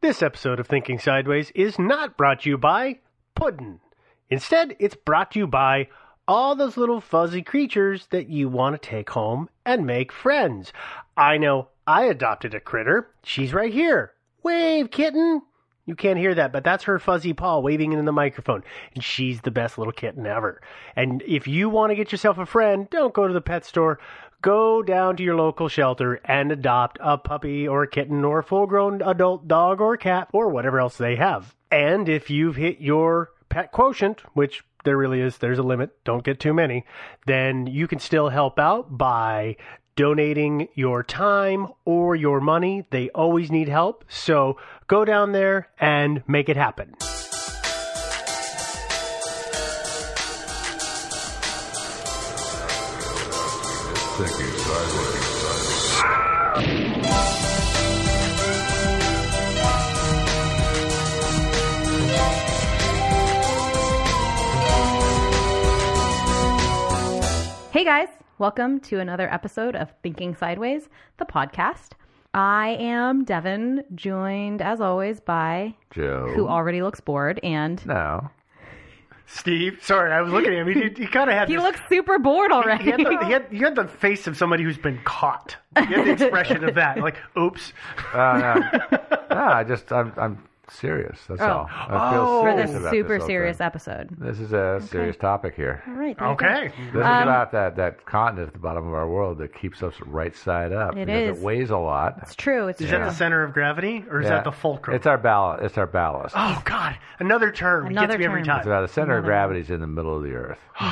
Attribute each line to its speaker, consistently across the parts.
Speaker 1: This episode of Thinking Sideways is not brought to you by Puddin. Instead, it's brought to you by all those little fuzzy creatures that you want to take home and make friends. I know I adopted a critter. She's right here. Wave, kitten. You can't hear that, but that's her fuzzy paw waving into the microphone. And she's the best little kitten ever. And if you want to get yourself a friend, don't go to the pet store. Go down to your local shelter and adopt a puppy or a kitten or a full grown adult dog or cat or whatever else they have. And if you've hit your pet quotient, which there really is, there's a limit, don't get too many, then you can still help out by donating your time or your money. They always need help. So go down there and make it happen.
Speaker 2: Hey guys, welcome to another episode of Thinking Sideways, the podcast. I am Devin, joined as always by
Speaker 3: Joe.
Speaker 2: who already looks bored and
Speaker 3: No.
Speaker 1: Steve, sorry, I was looking at him. He, he kind of had
Speaker 2: he
Speaker 1: this-
Speaker 2: looks super bored already.
Speaker 1: He had, the, he, had, he had the face of somebody who's been caught. He had the expression of that, like, oops.
Speaker 3: Oh, no. no, I just, I'm, I'm serious. That's all. I feel
Speaker 1: Oh. For
Speaker 3: serious
Speaker 2: this
Speaker 3: about
Speaker 2: super
Speaker 3: this whole
Speaker 2: serious
Speaker 3: thing.
Speaker 2: episode.
Speaker 3: This is a serious topic here.
Speaker 2: All right. Um, there you
Speaker 1: Okay.
Speaker 2: go.
Speaker 3: This is about that, that continent at the bottom of our world that keeps us right side up.
Speaker 2: It
Speaker 3: because
Speaker 2: is.
Speaker 3: It weighs a lot.
Speaker 2: It's true. It's
Speaker 1: Is
Speaker 2: true.
Speaker 1: that the center of gravity or is
Speaker 3: Yeah.
Speaker 1: that the fulcrum?
Speaker 3: It's our ballast. It's our ballast.
Speaker 1: oh, God. Another term. It
Speaker 2: Another
Speaker 1: gets me every
Speaker 2: term.
Speaker 1: time.
Speaker 3: It's about the center of gravity is in the middle of the earth.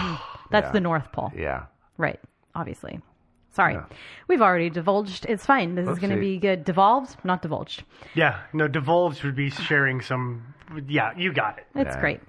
Speaker 2: That's the North Pole.
Speaker 3: Yeah.
Speaker 2: Right. Obviously. Sorry. We've already divulged. It's fine. This is going to
Speaker 3: Oopsie.
Speaker 2: be good. Devolved, not divulged.
Speaker 1: Yeah. No, devolves would be sharing some. Yeah, you got it.
Speaker 2: It's great.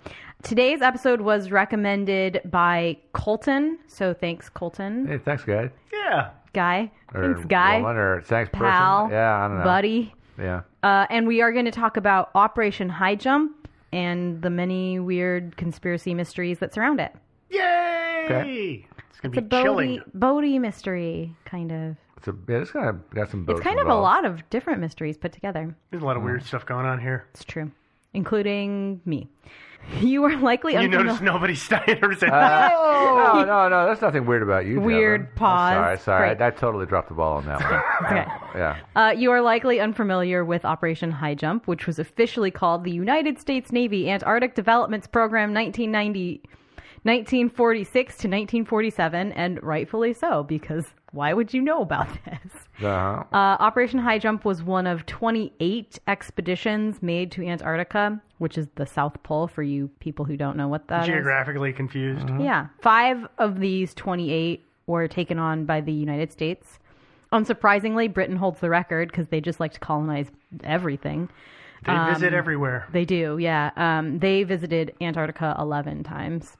Speaker 2: Today's episode was recommended by Colton. So thanks, Colton.
Speaker 3: Hey, thanks, guy.
Speaker 1: Yeah.
Speaker 2: Guy.
Speaker 3: Or
Speaker 2: Thanks, guy.
Speaker 3: Woman or thanks, person.
Speaker 2: Pal.
Speaker 3: Yeah, I don't know.
Speaker 2: Buddy.
Speaker 3: Yeah.
Speaker 2: Uh, and we are going to talk about Operation High Jump and the many weird conspiracy mysteries that surround it.
Speaker 1: Yay!
Speaker 3: Okay.
Speaker 1: It's going
Speaker 2: It's
Speaker 1: to
Speaker 2: a
Speaker 1: be chilling.
Speaker 2: Bodhi, Bodhi mystery, kind of.
Speaker 3: It's a, yeah, it's kind of got some boats
Speaker 2: It's kind of a
Speaker 3: involved.
Speaker 2: lot of different mysteries put together.
Speaker 1: There's a lot of weird stuff going on here.
Speaker 2: It's true, including me. You are likely
Speaker 1: You
Speaker 2: unfamiliar-
Speaker 1: notice nobody's standing there saying,
Speaker 3: Oh, no, no, no. There's nothing weird about you.
Speaker 2: Weird
Speaker 3: Devin. I'm
Speaker 2: pause.
Speaker 3: Sorry, sorry.
Speaker 2: Great.
Speaker 3: I, I totally dropped the ball on that one.
Speaker 2: Okay.
Speaker 3: yeah.
Speaker 2: Uh, you are likely unfamiliar with Operation High Jump, which was officially called the United States Navy Antarctic Developments Program 1990, 1946 to 1947, and rightfully so, because why would you know about this?
Speaker 4: Uh-huh.
Speaker 2: Uh, Operation High Jump was one of 28 expeditions made to Antarctica, which is the South Pole for you people who don't know what that is.
Speaker 1: Geographically confused.
Speaker 2: Yeah. Five of these 28 were taken on by the United States. Unsurprisingly, Britain holds the record because they just like to colonize everything.
Speaker 1: They visit everywhere.
Speaker 2: Um, They do, yeah. Um, they visited Antarctica 11 times.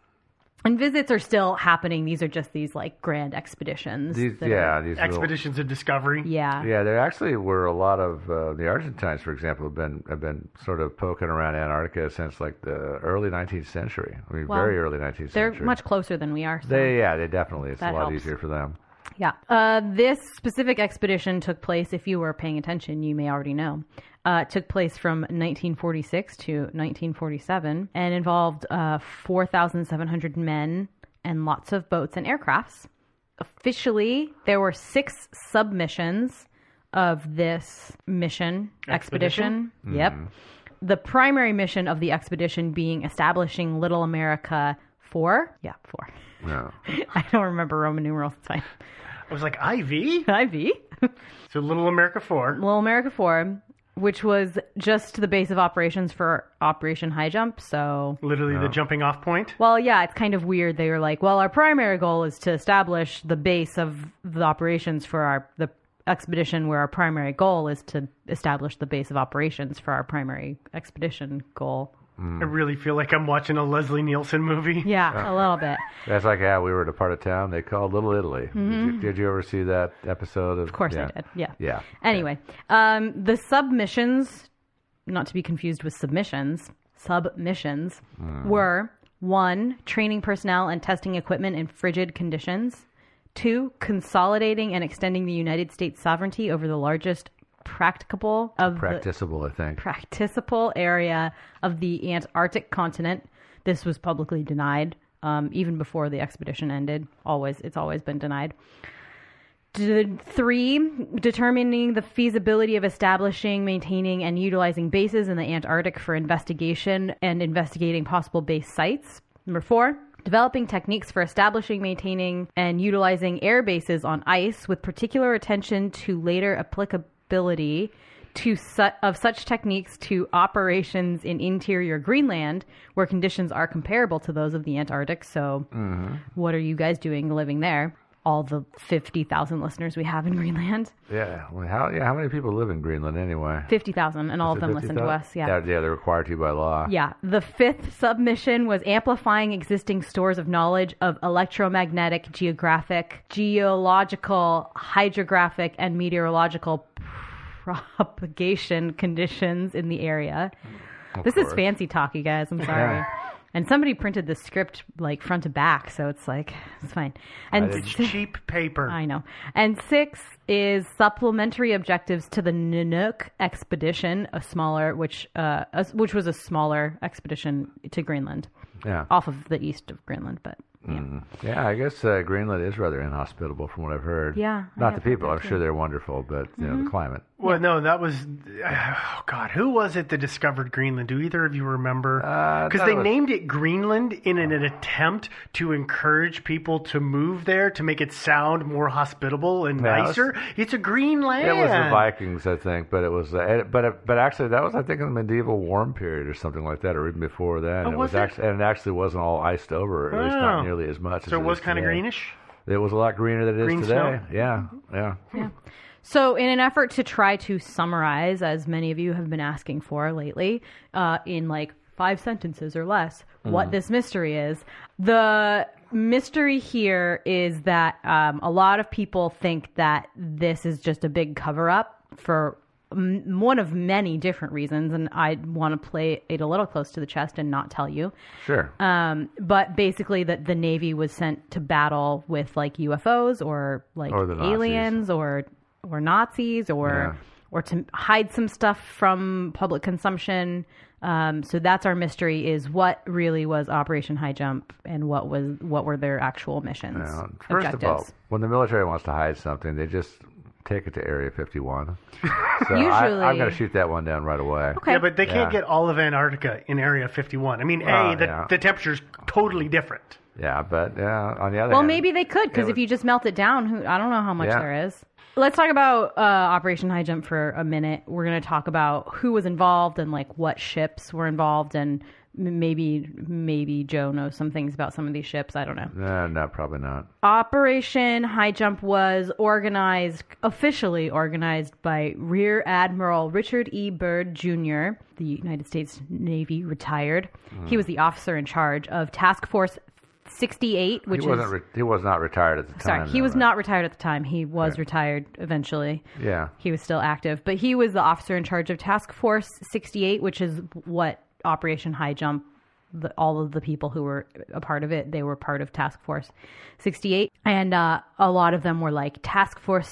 Speaker 2: And visits are still happening. These are just these like grand expeditions.
Speaker 4: These,
Speaker 2: that
Speaker 4: yeah, these little-
Speaker 1: Expeditions of discovery.
Speaker 2: yeah.
Speaker 4: Yeah, there actually were a lot of uh, the Argentines, for example, have been have been sort of poking around Antarctica since like the early 19th century. I mean,
Speaker 2: Well,
Speaker 4: very early 19th
Speaker 2: They're
Speaker 4: century.
Speaker 2: much closer than we are. so-
Speaker 4: They yeah, they definitely it's
Speaker 2: That
Speaker 4: a lot
Speaker 2: helps.
Speaker 4: easier for them.
Speaker 2: Yeah. Uh, this specific expedition took place, if you were paying attention, you may already know, uh, it took place from 1946 to 1947 and involved uh, 4,700 men and lots of boats and aircrafts. Officially, there were six submissions of this mission expedition. Hmm. Yep. The primary mission of the expedition being establishing Little America 4. Yeah, 4.
Speaker 4: Yeah.
Speaker 2: I don't remember Roman numerals. It's fine.
Speaker 1: I was like, IV?
Speaker 2: IV,
Speaker 1: So Little America 4.
Speaker 2: Little America 4, which was just the base of operations for Operation High Jump. So,
Speaker 1: Literally the jumping off point.
Speaker 2: well, yeah, it's kind of weird. They were like, well, our primary goal is to establish the base of the operations for our the expedition where our primary goal is to establish the base of operations for our primary expedition goal.
Speaker 1: I really feel like I'm watching a Leslie Nielsen movie.
Speaker 2: Yeah, a little bit.
Speaker 4: That's like yeah, we were at a part of town they called Little Italy. Did,
Speaker 2: Mm-hmm.
Speaker 4: you, did you ever see that episode of
Speaker 2: Of course
Speaker 4: yeah.
Speaker 2: I did. Yeah.
Speaker 4: Yeah.
Speaker 2: Anyway, um, the submissions, not to be confused with submissions, submissions
Speaker 4: Hmm.
Speaker 2: were one, training personnel and testing equipment in frigid conditions, two, consolidating and extending the United States sovereignty over the largest practicable of the
Speaker 4: Practicable, I think.
Speaker 2: practicable area of the Antarctic continent. This was publicly denied um, even before the expedition ended. Always, it's always been denied. D- three, determining the feasibility of establishing, maintaining, and utilizing bases in the Antarctic for investigation and investigating possible base sites. Number four, developing techniques for establishing, maintaining, and utilizing air bases on ice with particular attention to later applicability to su- of such techniques to operations in interior Greenland where conditions are comparable to those of the Antarctic. So, what are you guys doing living there? All the 50,000 listeners we have in Greenland.
Speaker 4: Yeah. Well, how yeah, how many people live in Greenland anyway?
Speaker 2: 50,000, and all of
Speaker 4: Is it
Speaker 2: them listen to
Speaker 4: 50,000?
Speaker 2: us. Yeah.
Speaker 4: yeah. They're required to by law.
Speaker 2: Yeah. The fifth submission was amplifying existing stores of knowledge of electromagnetic, geographic, geological, hydrographic, and meteorological propagation conditions in the area. this is
Speaker 4: course.
Speaker 2: fancy talk, you guys. I'm sorry. And somebody printed the script like front to back, so it's like it's fine. And
Speaker 1: It's cheap paper.
Speaker 2: I know. And six is supplementary objectives to the Nanook expedition, a smaller, which uh, a- which was a smaller expedition to Greenland,
Speaker 4: Yeah.
Speaker 2: off of the east of Greenland. But yeah,
Speaker 4: Yeah, I guess uh, Greenland is rather inhospitable from what I've heard.
Speaker 2: Yeah, I
Speaker 4: Not the
Speaker 2: have heard
Speaker 4: people. I'm sure they're wonderful, but you
Speaker 2: Mm-hmm.
Speaker 4: know, the climate.
Speaker 1: Well, no, that was oh god, who was it that discovered Greenland? Do either of you remember?
Speaker 4: Uh,
Speaker 1: Because
Speaker 4: thought
Speaker 1: they
Speaker 4: it was-
Speaker 1: named it Greenland in an, an attempt to encourage people to move there to make it sound more hospitable and
Speaker 4: Yeah, it's-
Speaker 1: nicer. It's a green land.
Speaker 4: It was the Vikings, I think, but it was, uh, it- but it, but actually that was, I think, in the medieval warm period or something like that, or even before that.
Speaker 1: Oh,
Speaker 4: and it was
Speaker 1: was it?
Speaker 4: actually, and it actually wasn't all iced over, or at least not
Speaker 1: Oh.
Speaker 4: nearly as much. as
Speaker 1: So it was
Speaker 4: is
Speaker 1: kind of
Speaker 4: today.
Speaker 1: greenish.
Speaker 4: It was a lot greener than it is
Speaker 1: Green
Speaker 4: today.
Speaker 1: snow?
Speaker 4: Yeah, yeah.
Speaker 2: So, in an effort to try to summarize, as many of you have been asking for lately, uh, in like five sentences or less, what this mystery is, the mystery here is that um, a lot of people think that this is just a big cover up for m- one of many different reasons, and I want to play it a little close to the chest and not tell you.
Speaker 4: Sure.
Speaker 2: Um, but basically, that the Navy was sent to battle with like UFOs or like
Speaker 4: Or the Nazis.
Speaker 2: aliens or or Nazis or
Speaker 4: Yeah.
Speaker 2: or to hide some stuff from public consumption. Um, so that's our mystery: is what really was Operation High Jump and what was what were their actual missions?
Speaker 4: Now, first of all, when the military wants to hide something, they just take it to Area 51. So
Speaker 2: Usually-
Speaker 4: I, I'm going to shoot that one down right away.
Speaker 2: okay,
Speaker 1: Yeah, but they can't
Speaker 4: Yeah.
Speaker 1: get all of Antarctica in Area 51. I mean,
Speaker 4: Well,
Speaker 1: a the,
Speaker 4: yeah.
Speaker 1: the temperature's totally different.
Speaker 4: Yeah, but yeah, on the other
Speaker 2: Well,
Speaker 4: hand,
Speaker 2: maybe they could because
Speaker 4: it
Speaker 2: if you just melt it down, who I don't know how much
Speaker 4: Yeah.
Speaker 2: there is. Let's talk about uh, Operation High Jump for a minute. We're going to talk about who was involved and like what ships were involved, and m- maybe maybe Joe knows some things about some of these ships. I don't know.
Speaker 4: No, no, probably not.
Speaker 2: Operation High Jump was organized, officially organized by Rear Admiral Richard E. Byrd Jr., the United States Navy retired.
Speaker 4: Hmm.
Speaker 2: He was the officer in charge of Task Force 68, which
Speaker 4: he wasn't.
Speaker 2: is.
Speaker 4: Re- he was not retired at the time.
Speaker 2: Sorry, he
Speaker 4: though,
Speaker 2: was
Speaker 4: right?
Speaker 2: not retired at the time. He was retired eventually.
Speaker 4: Yeah.
Speaker 2: He was still active, but he was the officer in charge of Task Force 68, which is what Operation High Jump, the, all of the people who were a part of it, they were part of Task Force 68. And uh, a lot of them were like Task Force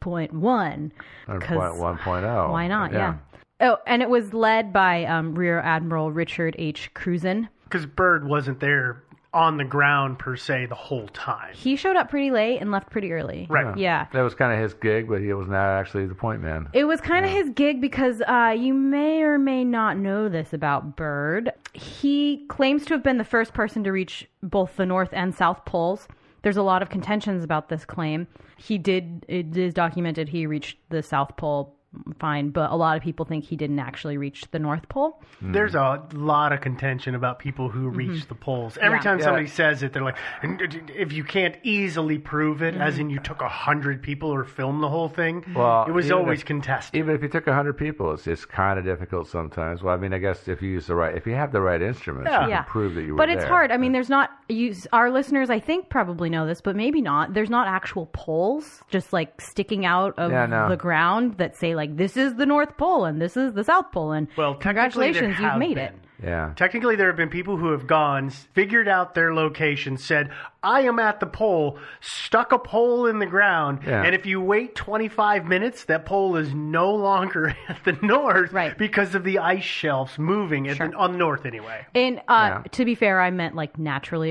Speaker 2: 68.1.
Speaker 4: Or
Speaker 2: 'cause
Speaker 4: point one point oh.
Speaker 2: Why not? Yeah. Oh, and it was led by um, Rear Admiral Richard H. Cruzen.
Speaker 1: Because Bird wasn't there on the ground per se the whole time.
Speaker 2: He showed up pretty late and left pretty early.
Speaker 1: Right.
Speaker 2: Yeah.
Speaker 4: That was kind of his gig, but he was not actually the point man.
Speaker 2: It was kind of his gig because uh, you may or may not know this about Bird. He claims to have been the first person to reach both the North and South Poles. There's a lot of contentions about this claim. He did, it is documented he reached the South Pole fine, but a lot of people think he didn't actually reach the North Pole.
Speaker 1: There's a lot of contention about people who
Speaker 2: Mm-hmm.
Speaker 1: reach the polls. Every time somebody says it, they're like, "And d- d- if you can't easily prove it, as in
Speaker 2: Mm-hmm.
Speaker 1: you took a hundred people or filmed the whole thing,
Speaker 4: Well,
Speaker 1: it was
Speaker 4: even
Speaker 1: always
Speaker 4: if-
Speaker 1: contested.
Speaker 4: Even if you took hundred people, it's it's kind of difficult sometimes. Well, I mean, I guess if you use the right, if you have the right instruments, you
Speaker 2: Yeah.
Speaker 4: can prove that you were.
Speaker 2: But it's
Speaker 4: there.
Speaker 2: hard. I mean, there's not, you, our listeners, I think, probably know this, but maybe not. There's not actual poles just like sticking out of
Speaker 4: Yeah, no.
Speaker 2: the ground that say, like, this is the North Pole and this is the South Pole. And
Speaker 1: Well, technically, there
Speaker 2: congratulations, you've
Speaker 1: have
Speaker 2: made
Speaker 1: been.
Speaker 2: it.
Speaker 4: Yeah.
Speaker 1: Technically, there have been people who have gone, s- figured out their location, said, I am at the pole, stuck a pole in the ground,
Speaker 4: Yeah.
Speaker 1: and if you wait 25 minutes, that pole is no longer at the north
Speaker 2: Right.
Speaker 1: because of the ice shelves moving, at the, on the north anyway.
Speaker 2: And uh, to be fair, I meant like naturally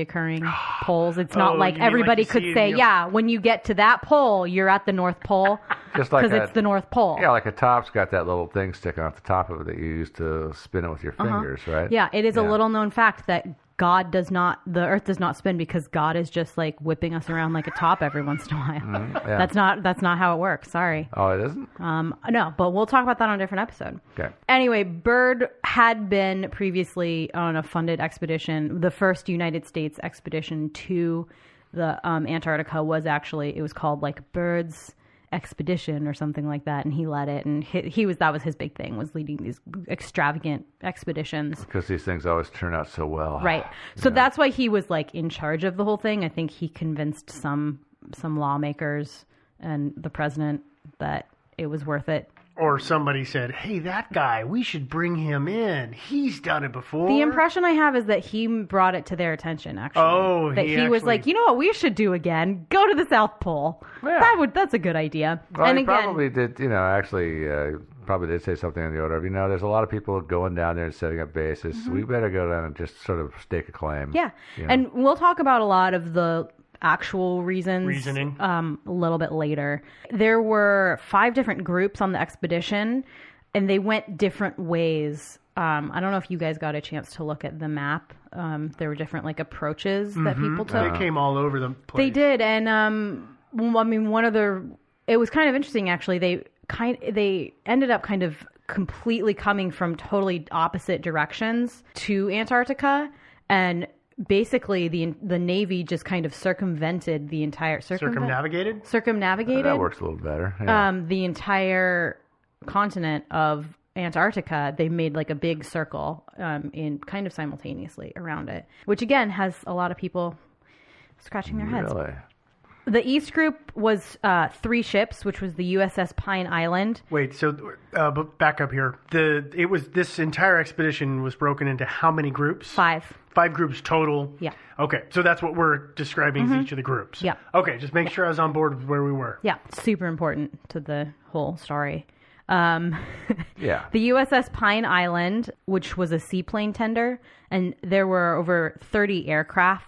Speaker 2: occurring poles. It's not
Speaker 1: Oh,
Speaker 2: like
Speaker 1: you mean like
Speaker 2: everybody
Speaker 1: you
Speaker 2: could
Speaker 1: see in
Speaker 2: say,
Speaker 1: your-
Speaker 2: yeah, when you get to that pole, you're at the North Pole.
Speaker 4: Just like
Speaker 2: Because it's
Speaker 4: a-
Speaker 2: the North Pole.
Speaker 4: Yeah, like a top's got that little thing sticking off the top of it that you use to spin it with
Speaker 2: Uh-huh.
Speaker 4: your fingers, right?
Speaker 2: Yeah, it is a little known fact that God does not, the earth does not spin because God is just like whipping us around like a top every once in a while.
Speaker 4: yeah.
Speaker 2: That's not, that's not how it works. Sorry.
Speaker 4: Oh, it isn't.
Speaker 2: Um, no, but we'll talk about that on a different episode.
Speaker 4: Okay.
Speaker 2: Anyway, Byrd had been previously on a funded expedition. The first United States expedition to the um, Antarctica was actually it was called like Bird's expedition or something like that, and he led it. And he, he was that was his big thing was leading these extravagant expeditions.
Speaker 4: Because these things always turn out so well.
Speaker 2: Right. So that's why he was like in charge of the whole thing. I think he convinced some some lawmakers and the president that it was worth it
Speaker 1: Or somebody said, hey, that guy, we should bring him in. He's done it before.
Speaker 2: The impression I have is that he brought it to their attention. Actually,
Speaker 1: Oh,
Speaker 2: that he,
Speaker 1: he
Speaker 2: was
Speaker 1: actually-
Speaker 2: like, you know what, we should do again? Go to the South Pole. That would that's a good idea.
Speaker 4: Well,
Speaker 2: and
Speaker 4: he
Speaker 2: again,
Speaker 4: probably did, you know, actually uh, probably did say something in the order of, you know, there's a lot of people going down there and setting up bases. We better go down and just sort of stake a claim.
Speaker 2: Mm-hmm. yeah. And we'll talk about a lot of the actual reasons
Speaker 1: Reasoning.
Speaker 2: um, a little bit later. There were five different groups on the expedition, and they went different ways. Um, I don't know if you guys got a chance to look at the map. Um, there were different like approaches that people took.
Speaker 1: Mm-hmm.
Speaker 4: Oh.
Speaker 1: They came all over the place.
Speaker 2: They did, and um, well, I mean, one of their it was kind of interesting actually. They kind they ended up kind of completely coming from totally opposite directions to Antarctica, and basically the the Navy just kind of circumvented the entire circumvent,
Speaker 1: Circumnavigated?
Speaker 2: circumnavigated
Speaker 4: That works a little better. Yeah.
Speaker 2: um, the entire continent of Antarctica, they made like a big circle um, in kind of simultaneously around it, which again has a lot of people scratching their heads.
Speaker 4: really?
Speaker 2: The East Group was uh, three ships, which was the USS Pine Island.
Speaker 1: Wait, so uh, but back up here. The it was this entire expedition was broken into how many groups?
Speaker 2: Five.
Speaker 1: Five groups total.
Speaker 2: Yeah. Mm-hmm.
Speaker 1: Okay, so that's what we're describing as each of the groups.
Speaker 2: Yeah.
Speaker 1: Okay, just make sure I was on board with where we were.
Speaker 2: Yeah, super important to the whole story. Um,
Speaker 4: Yeah.
Speaker 2: The USS Pine Island, which was a seaplane tender, and there were over 30 aircrafts,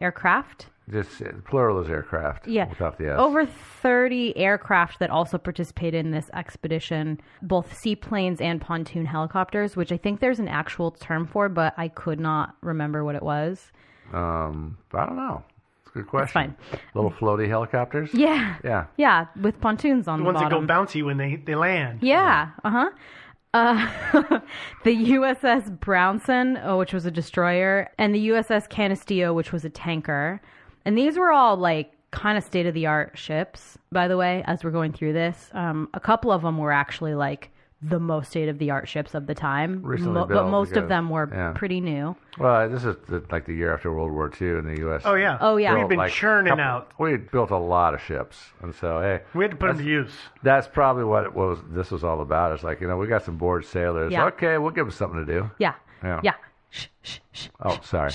Speaker 2: aircraft.
Speaker 4: Just uh, plural is aircraft.
Speaker 2: Yeah. Oh.
Speaker 4: Without the S.
Speaker 2: Over 30 aircraft that also participated in this expedition, both seaplanes and pontoon helicopters, which I think there's an actual term for, but I could not remember what it was.
Speaker 4: Um, I don't know. It's a good question.
Speaker 2: fine.
Speaker 4: Little floaty helicopters.
Speaker 2: Yeah.
Speaker 4: Yeah.
Speaker 2: Yeah, with pontoons on
Speaker 1: The
Speaker 2: the,
Speaker 1: ones that
Speaker 2: bottom.
Speaker 1: go bouncy when they, they land.
Speaker 2: Yeah. Uh-huh. Uh, the USS Brownson, oh, which was a destroyer, and the USS Canisteo, which was a tanker. And these were all like kind of state of the art ships, by the way, as we're going through this. Um, a couple of them were actually like the most state of the art ships of the time.
Speaker 4: Recently
Speaker 2: but
Speaker 4: built,
Speaker 2: most
Speaker 4: because-
Speaker 2: of them were
Speaker 4: yeah.
Speaker 2: pretty new.
Speaker 4: Well, this is the, like the year after World War II in the U.S.
Speaker 1: Oh, yeah.
Speaker 2: Oh, yeah.
Speaker 1: We've been
Speaker 4: like,
Speaker 1: churning
Speaker 4: couple-
Speaker 1: out.
Speaker 4: We had built a lot of ships, and so hey,
Speaker 1: We had to put them to use.
Speaker 4: that's probably what it was this was all about. It's like you know we got some bored sailors.
Speaker 2: Yeah.
Speaker 4: Okay, we'll give them something to do.
Speaker 2: Yeah.
Speaker 4: Yeah.
Speaker 2: Yeah. Shh, shh, shh. Um,
Speaker 4: Oh, sorry.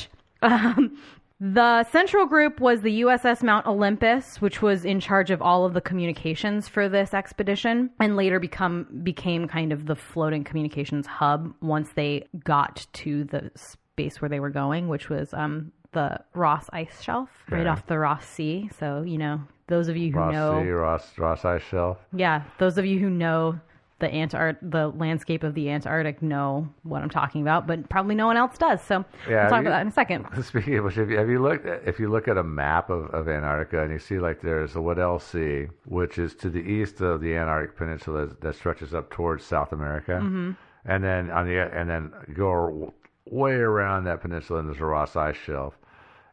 Speaker 2: The central group was the USS Mount Olympus, which was in charge of all of the communications for this expedition and later become became kind of the floating communications hub once they got to the space where they were going, which was um, the Ross Ice Shelf, right
Speaker 4: Okay.
Speaker 2: off the Ross Sea. So, you know, those of you who
Speaker 4: Ross
Speaker 2: know
Speaker 4: Sea, Ross Ross Ice Shelf.
Speaker 2: yeah, those of you who know the Antart the landscape of the Antarctic know what I'm talking about, but probably no one else does. So,
Speaker 4: Yeah,
Speaker 2: we'll talk
Speaker 4: you-
Speaker 2: about that in a second.
Speaker 4: Speaking of which, have you, have you looked at, if you look at a map of, of Antarctica and you see like there's the Weddell Sea, which is to the east of the Antarctic Peninsula that stretches up towards South America,
Speaker 2: Mm-hmm.
Speaker 4: and then on the and then go way around that peninsula and there's a Ross Ice Shelf,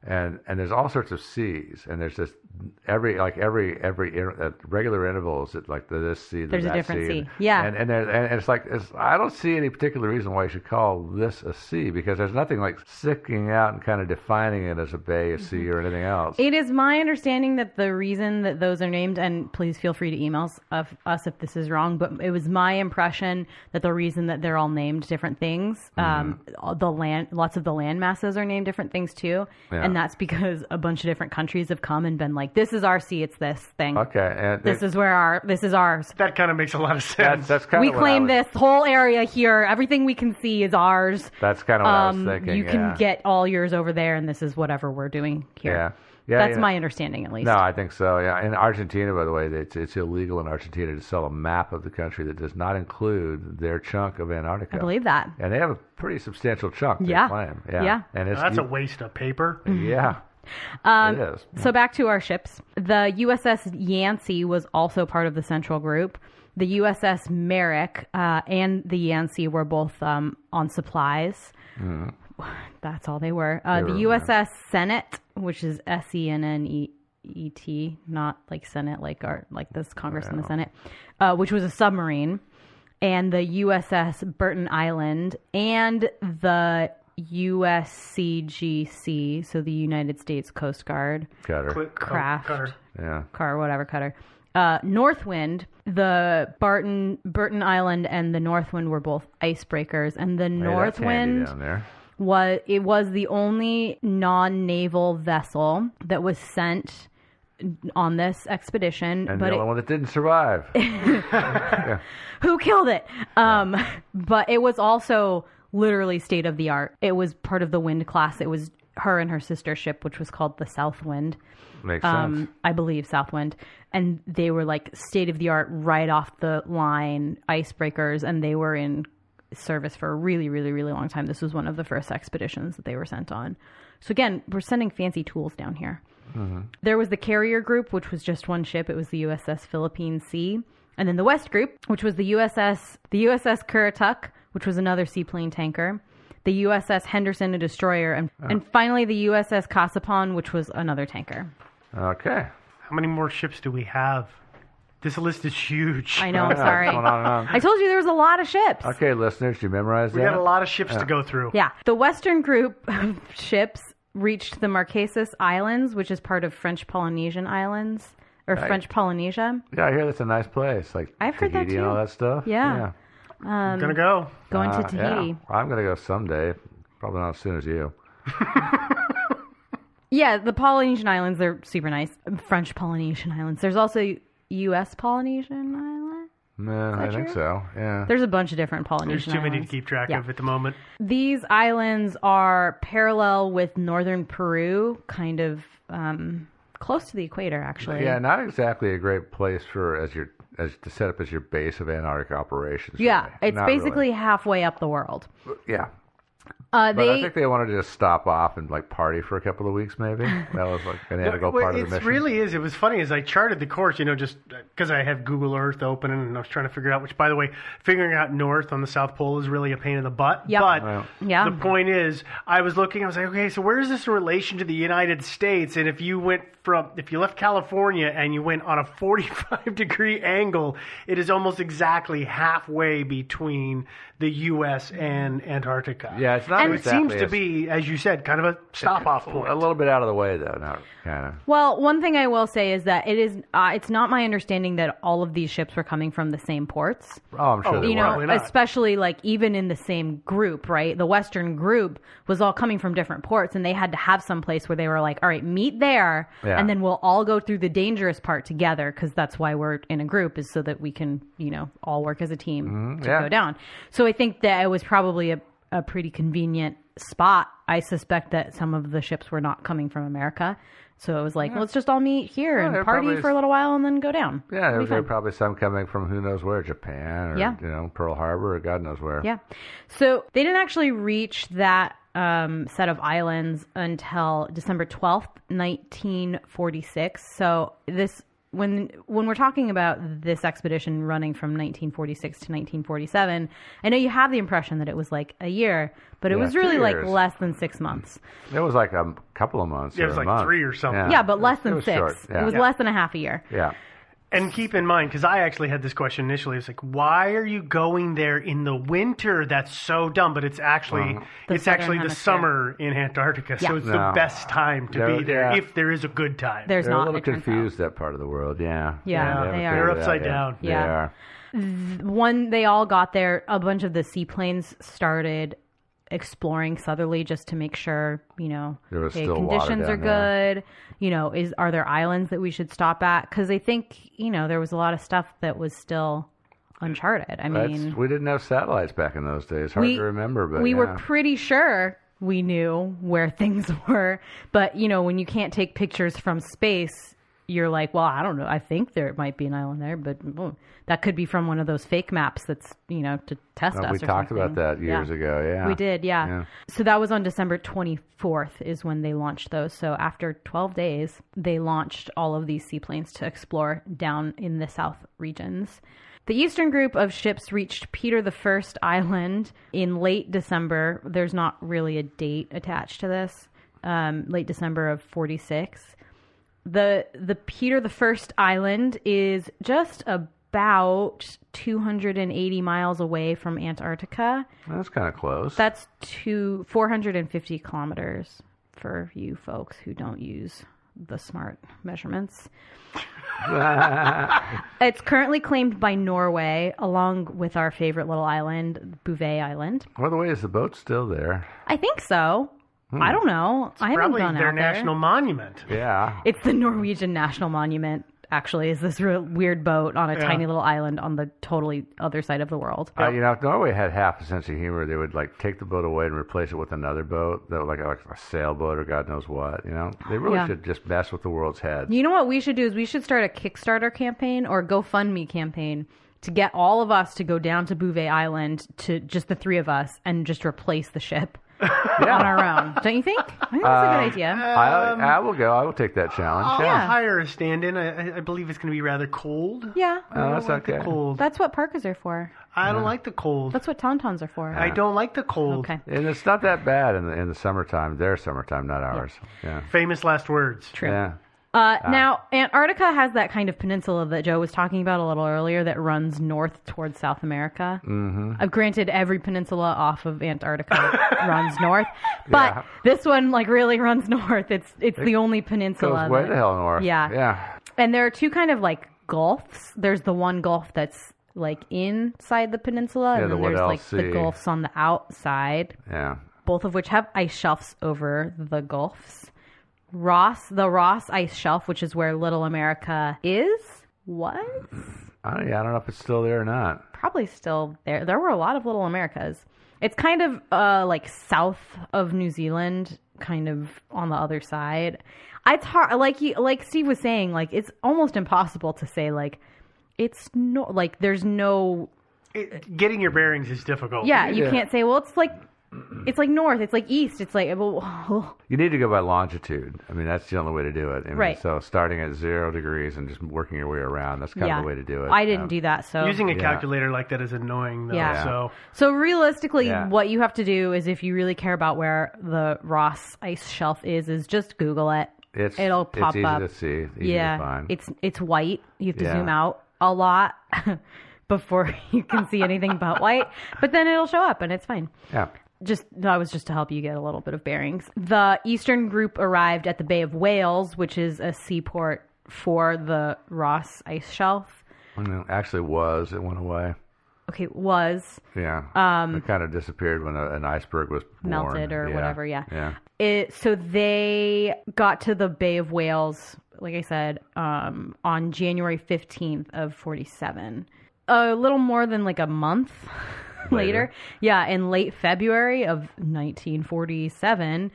Speaker 4: and and there's all sorts of seas and there's just every like every every inter- at regular intervals at like the, this sea to
Speaker 2: There's a
Speaker 4: that
Speaker 2: different
Speaker 4: sea,
Speaker 2: sea. Yeah.
Speaker 4: and and, there, and and it's like it's, I don't see any particular reason why you should call this a sea because there's nothing like sticking out and kind of defining it as a bay, a
Speaker 2: Mm-hmm.
Speaker 4: sea, or anything else.
Speaker 2: It is my understanding that the reason that those are named, and please feel free to email us- of us if this is wrong, but it was my impression that the reason that they're all named different things,
Speaker 4: Mm-hmm.
Speaker 2: um, all the land, lots of the land masses are named different things too, and that's because a bunch of different countries have come and been like, "This is our sea, it's this thing.
Speaker 4: okay, and
Speaker 2: This is where our, this is ours.
Speaker 1: That kind of makes a lot of
Speaker 4: that's,
Speaker 1: sense.
Speaker 4: that's kind
Speaker 2: we
Speaker 4: of
Speaker 2: claim
Speaker 4: what I was,
Speaker 2: this whole area here. Everything we can see is ours.
Speaker 4: That's kind of what
Speaker 2: Um,
Speaker 4: I was thinking.
Speaker 2: you can
Speaker 4: yeah.
Speaker 2: get all yours over there, and this is whatever we're doing here.
Speaker 4: yeah, yeah.
Speaker 2: that's
Speaker 4: yeah.
Speaker 2: my understanding, at least.
Speaker 4: No, Oh, I think so. Yeah, in Argentina, by the way, it's it's illegal in Argentina to sell a map of the country that does not include their chunk of Antarctica.
Speaker 2: I believe that.
Speaker 4: and they have a pretty substantial chunk. they
Speaker 2: Yeah.
Speaker 4: claim. Yeah,
Speaker 2: Yeah.
Speaker 4: and it's
Speaker 1: that's a waste of paper.
Speaker 4: Mm-hmm. yeah. Um, it is.
Speaker 2: So back to our ships. The USS Yancey was also part of the Central Group. The USS Merrick uh, and the Yancey were both um, on supplies. That's all they were. Uh, the USS Senate, which is S E N N E E T, not like Senate, like our like this Congress and the Senate, uh, which was a submarine, and the USS Burton Island and the USCGC, so the United States Coast Guard
Speaker 4: Cutter.
Speaker 2: craft
Speaker 1: Cutter.
Speaker 4: Yeah.
Speaker 2: car, whatever cutter. Uh, Northwind, the Barton Burton Island, and the Northwind were both icebreakers, and the
Speaker 4: Hey, that's handy
Speaker 2: Northwind
Speaker 4: down there.
Speaker 2: was it was the only non-naval vessel that was sent on this expedition.
Speaker 4: And the
Speaker 2: but it-
Speaker 4: only one that didn't survive.
Speaker 2: who killed it? Um, but it was also literally state of the art. It was part of the Wind class. It was her and her sister ship, which was called the Southwind.
Speaker 4: Makes sense.
Speaker 2: um, I believe Southwind, and they were like state of the art, right off the line icebreakers, and they were in service for a really, really, really long time. This was one of the first expeditions that they were sent on. So again, we're sending fancy tools down here. There was the carrier group, which was just one ship. It was the USS Philippine Sea, and then the West group, which was the USS the USS Currituck, which was another seaplane tanker. The USS Henderson, a destroyer, and, and finally the USS Casapon, which was another tanker.
Speaker 4: Okay.
Speaker 1: How many more ships do we have? This list is huge.
Speaker 2: I know. I'm
Speaker 4: Yeah,
Speaker 2: sorry.
Speaker 4: what's going on and on?
Speaker 2: I told you there was a lot of ships.
Speaker 4: Okay, listeners, you memorized
Speaker 1: We
Speaker 4: that?
Speaker 1: got a lot of ships to go through.
Speaker 2: Yeah. The Western group of ships reached the Marquesas Islands, which is part of French Polynesian Islands or French Polynesia.
Speaker 4: Yeah, I hear that's a nice place. Like
Speaker 2: I've heard that
Speaker 4: Tahiti and all
Speaker 2: too.
Speaker 4: that stuff.
Speaker 2: Yeah.
Speaker 1: I'm gonna go.
Speaker 2: Going
Speaker 4: Uh,
Speaker 2: to Tahiti.
Speaker 4: yeah. I'm going to go someday. Probably not as soon as you.
Speaker 2: Yeah, the Polynesian Islands are super nice. French Polynesian Islands. There's also U.S. Polynesian Island.
Speaker 4: No, I think so. Yeah.
Speaker 2: There's a bunch of different
Speaker 1: There's
Speaker 2: Polynesian
Speaker 1: too many to
Speaker 2: islands.
Speaker 1: keep track
Speaker 2: Yeah.
Speaker 1: of at the moment.
Speaker 2: These islands are parallel with northern Peru, kind of um, close to the equator, actually.
Speaker 4: Yeah, not exactly a great place for as your as to set up as your base of Antarctic operations.
Speaker 2: Yeah,
Speaker 4: really.
Speaker 2: it's
Speaker 4: Not really.
Speaker 2: basically halfway up the world.
Speaker 4: yeah.
Speaker 2: Uh,
Speaker 4: But I
Speaker 2: they
Speaker 4: think they wanted to just stop off and like party for a couple of weeks, maybe. That was like an integral
Speaker 1: Well,
Speaker 4: part of the
Speaker 1: it's
Speaker 4: mission.
Speaker 1: really is. It was funny as I charted the course, you know, just because I have Google Earth open and I was trying to figure out. Which, by the way, figuring out north on the South Pole is really a pain in the butt.
Speaker 2: Yep.
Speaker 1: But
Speaker 4: Right.
Speaker 2: Yeah.
Speaker 1: the point is, I was looking. I was like, okay, so where is this in relation to the United States? And if you went from, if you left California and you went on a forty-five degree angle, it is almost exactly halfway between the U.S. and Antarctica.
Speaker 4: yeah, it's not
Speaker 1: So it
Speaker 4: exactly
Speaker 1: seems to
Speaker 4: as-
Speaker 1: be, as you said, kind of a stop-off point.
Speaker 4: a little bit out of the way though. Not kind of.
Speaker 2: Well, one thing I will say is that it is uh, it's not my understanding that all of these ships were coming from the same ports.
Speaker 4: Oh, I'm sure
Speaker 1: Oh,
Speaker 4: they
Speaker 2: You
Speaker 4: were.
Speaker 2: know,
Speaker 1: Probably not.
Speaker 2: especially like even in the same group, right? The Western group was all coming from different ports, and they had to have some place where they were like, "All right, meet there,
Speaker 4: Yeah.
Speaker 2: and then we'll all go through the dangerous part together," because that's why we're in a group is so that we can, you know, all work as a team to
Speaker 4: Mm-hmm. yeah.
Speaker 2: go down. So I think that it was probably a, a pretty convenient spot. I suspect that some of the ships were not coming from America. So it was like, let's just all meet here
Speaker 4: Yeah,
Speaker 2: and
Speaker 4: there
Speaker 2: party
Speaker 4: probably
Speaker 2: for a
Speaker 4: is-
Speaker 2: little while and then go down.
Speaker 4: Yeah, there
Speaker 2: It'll be
Speaker 4: was there
Speaker 2: fun.
Speaker 4: were probably some coming from who knows where, Japan or
Speaker 2: Yeah.
Speaker 4: you know Pearl Harbor or God knows where.
Speaker 2: Yeah. So they didn't actually reach that um, set of islands until December 12th, 1946. So this when when we're talking about this expedition running from 1946 to 1947, I know you have the impression that it was like a year, but it
Speaker 4: Yeah,
Speaker 2: was
Speaker 4: two
Speaker 2: really like
Speaker 4: years.
Speaker 2: less than 6 months.
Speaker 4: It was like a couple of months.
Speaker 1: Yeah, it
Speaker 4: or
Speaker 1: was
Speaker 4: a
Speaker 1: like
Speaker 4: month.
Speaker 1: three or something.
Speaker 2: Yeah, but less
Speaker 4: It
Speaker 2: than
Speaker 4: was
Speaker 2: 6.
Speaker 4: short, Yeah.
Speaker 2: It was
Speaker 4: yeah.
Speaker 2: less than a half a year.
Speaker 4: Yeah.
Speaker 1: And keep in mind, because I actually had this question initially. It's like, why are you going there in the winter? That's so dumb. But it's actually
Speaker 2: The
Speaker 1: it's
Speaker 2: southern
Speaker 1: actually the
Speaker 2: hemisphere.
Speaker 1: summer in Antarctica, so
Speaker 2: Yeah.
Speaker 1: it's the
Speaker 4: No.
Speaker 1: best time to
Speaker 4: There-
Speaker 1: be there
Speaker 4: yeah.
Speaker 1: if there is a good time.
Speaker 2: There's
Speaker 4: They're
Speaker 2: not
Speaker 4: a little
Speaker 2: it turns out.
Speaker 4: confused that part of the world. Yeah.
Speaker 2: Yeah,
Speaker 4: haven't
Speaker 2: they are.
Speaker 4: figured
Speaker 2: They're
Speaker 4: it out
Speaker 1: upside
Speaker 4: yet.
Speaker 1: down.
Speaker 4: They
Speaker 2: Yeah.
Speaker 4: are.
Speaker 2: one they all got there a bunch of the seaplanes started exploring southerly just to make sure you know
Speaker 4: There was
Speaker 2: okay,
Speaker 4: still water
Speaker 2: conditions are
Speaker 4: down
Speaker 2: good
Speaker 4: there.
Speaker 2: you know is are there islands that we should stop at because i think you know there was a lot of stuff that was still uncharted i
Speaker 4: That's,
Speaker 2: mean
Speaker 4: we didn't have satellites back in those days. Hard
Speaker 2: we
Speaker 4: to remember, but
Speaker 2: we
Speaker 4: yeah.
Speaker 2: were pretty sure we knew where things were but you know when you can't take pictures from space you're like well i don't know i think there might be an island there but well, that could be from one of those fake maps that's you know to test
Speaker 4: Well,
Speaker 2: us
Speaker 4: Uh, we
Speaker 2: or
Speaker 4: talked about
Speaker 2: something.
Speaker 4: that years
Speaker 2: Yeah.
Speaker 4: ago. Yeah,
Speaker 2: we did yeah.
Speaker 4: Yeah.
Speaker 2: so that was on december 24th is when they launched those so after 12 days they launched all of these seaplanes to explore down in the south regions the eastern group of ships reached Peter the First Island in late December. There's not really a date attached to this. Um, late December of 46. The the Peter the First Island is just about 280 miles away from Antarctica.
Speaker 4: That's kind of close.
Speaker 2: That's two 450 kilometers for you folks who don't use the smart measurements. it's currently claimed by Norway, along with our favorite little island, Bouvet Island.
Speaker 4: By the way, is the boat still there? Hmm.
Speaker 2: I think so. I don't know. I haven't
Speaker 1: probably
Speaker 2: gone
Speaker 1: their
Speaker 2: out
Speaker 1: national
Speaker 2: there.
Speaker 1: monument.
Speaker 4: Yeah.
Speaker 2: It's the Norwegian National Monument. Actually, is this real weird boat on a tiny little island on the totally other side of the world?
Speaker 4: Uh, you know, if Norway had half a sense of humor, they would like take the boat away and replace it with another boat that like, like a sailboat or God knows what. You know, they really
Speaker 2: Yeah.
Speaker 4: should just mess with the world's head.
Speaker 2: You know what we should do is we should start a Kickstarter campaign or GoFundMe campaign to get all of us to go down to Bouvet Island to just the three of us and just replace the ship on our own. Don't you think? I think that's a good idea.
Speaker 4: Um, I, I will go. I will take that challenge.
Speaker 1: I'll
Speaker 2: Yeah.
Speaker 1: hire a stand-in. I, I- I believe it's going to be rather cold.
Speaker 2: Yeah.
Speaker 1: I don't
Speaker 4: Oh, that's
Speaker 1: like
Speaker 4: okay.
Speaker 1: the cold.
Speaker 2: That's what parkas are for.
Speaker 1: I don't like the cold.
Speaker 2: That's what tauntauns are for.
Speaker 1: I don't like the cold.
Speaker 2: Okay.
Speaker 4: And it's not that bad in the in the summertime. Their summertime, not ours. Yeah.
Speaker 1: Famous last words.
Speaker 2: True.
Speaker 4: Yeah. Ah.
Speaker 2: Uh, Now, Antarctica has that kind of peninsula that Joe was talking about a little earlier that runs north towards South America. Mm-hmm. Uh, granted, every peninsula off of Antarctica runs north, but
Speaker 4: Yeah.
Speaker 2: this one like really runs north. It's it's the only peninsula.
Speaker 4: Goes way
Speaker 2: that-
Speaker 4: the hell north.
Speaker 2: Yeah.
Speaker 4: Yeah.
Speaker 2: And there are two kind of like gulfs. There's the one gulf that's like inside the peninsula,
Speaker 4: Yeah,
Speaker 2: and
Speaker 4: the
Speaker 2: then there's
Speaker 4: Weddell
Speaker 2: like the
Speaker 4: Sea.
Speaker 2: gulfs on the outside
Speaker 4: Yeah.
Speaker 2: both of which have ice shelves over the gulfs. Ross, the Ross ice shelf, which is where Little America is, was
Speaker 4: I don't, yeah, I don't know if it's still there or not.
Speaker 2: probably still there. There were a lot of Little Americas. It's kind of uh, like south of New Zealand, kind of on the other side. It's hard, like you, like Steve was saying, like it's almost impossible to say like it's no like there's no
Speaker 1: It- getting your bearings is difficult.
Speaker 2: yeah you can't say well it's like It's like north. It's like east. It's like well,
Speaker 1: You need to go by longitude. I mean, that's the only way to do it. I mean,
Speaker 2: Right.
Speaker 1: So starting at zero degrees and just working your way around, that's kind
Speaker 2: yeah.
Speaker 1: of the way to do it.
Speaker 2: I didn't
Speaker 1: Um,
Speaker 2: do that. So
Speaker 5: Using a
Speaker 1: Yeah.
Speaker 5: calculator like that is annoying, though.
Speaker 2: Yeah.
Speaker 5: So
Speaker 2: So realistically,
Speaker 1: Yeah.
Speaker 2: what you have to do is if you really care about where the Ross ice shelf is, is just Google it.
Speaker 1: It's,
Speaker 2: It'll pop
Speaker 1: it's easy
Speaker 2: up.
Speaker 1: to see. Easy
Speaker 2: yeah,
Speaker 1: to find.
Speaker 2: it's it's white. You have to
Speaker 1: Yeah.
Speaker 2: zoom out a lot before you can see anything but white. But then it'll show up and it's fine.
Speaker 1: yeah.
Speaker 2: Just that was just to help you get a little bit of bearings. The Eastern group arrived at the Bay of Whales, which is a seaport for the Ross ice shelf.
Speaker 1: And it actually was. It went away.
Speaker 2: Okay, was
Speaker 1: Yeah. Um, it kind of disappeared when a, an iceberg was born.
Speaker 2: melted or
Speaker 1: Yeah.
Speaker 2: whatever. Yeah.
Speaker 1: Yeah.
Speaker 2: It, so they got to the Bay of Whales, like I said, um, on January 15th of 47. A little more than like a month later.
Speaker 1: Later.
Speaker 2: Yeah. In late February of 1947,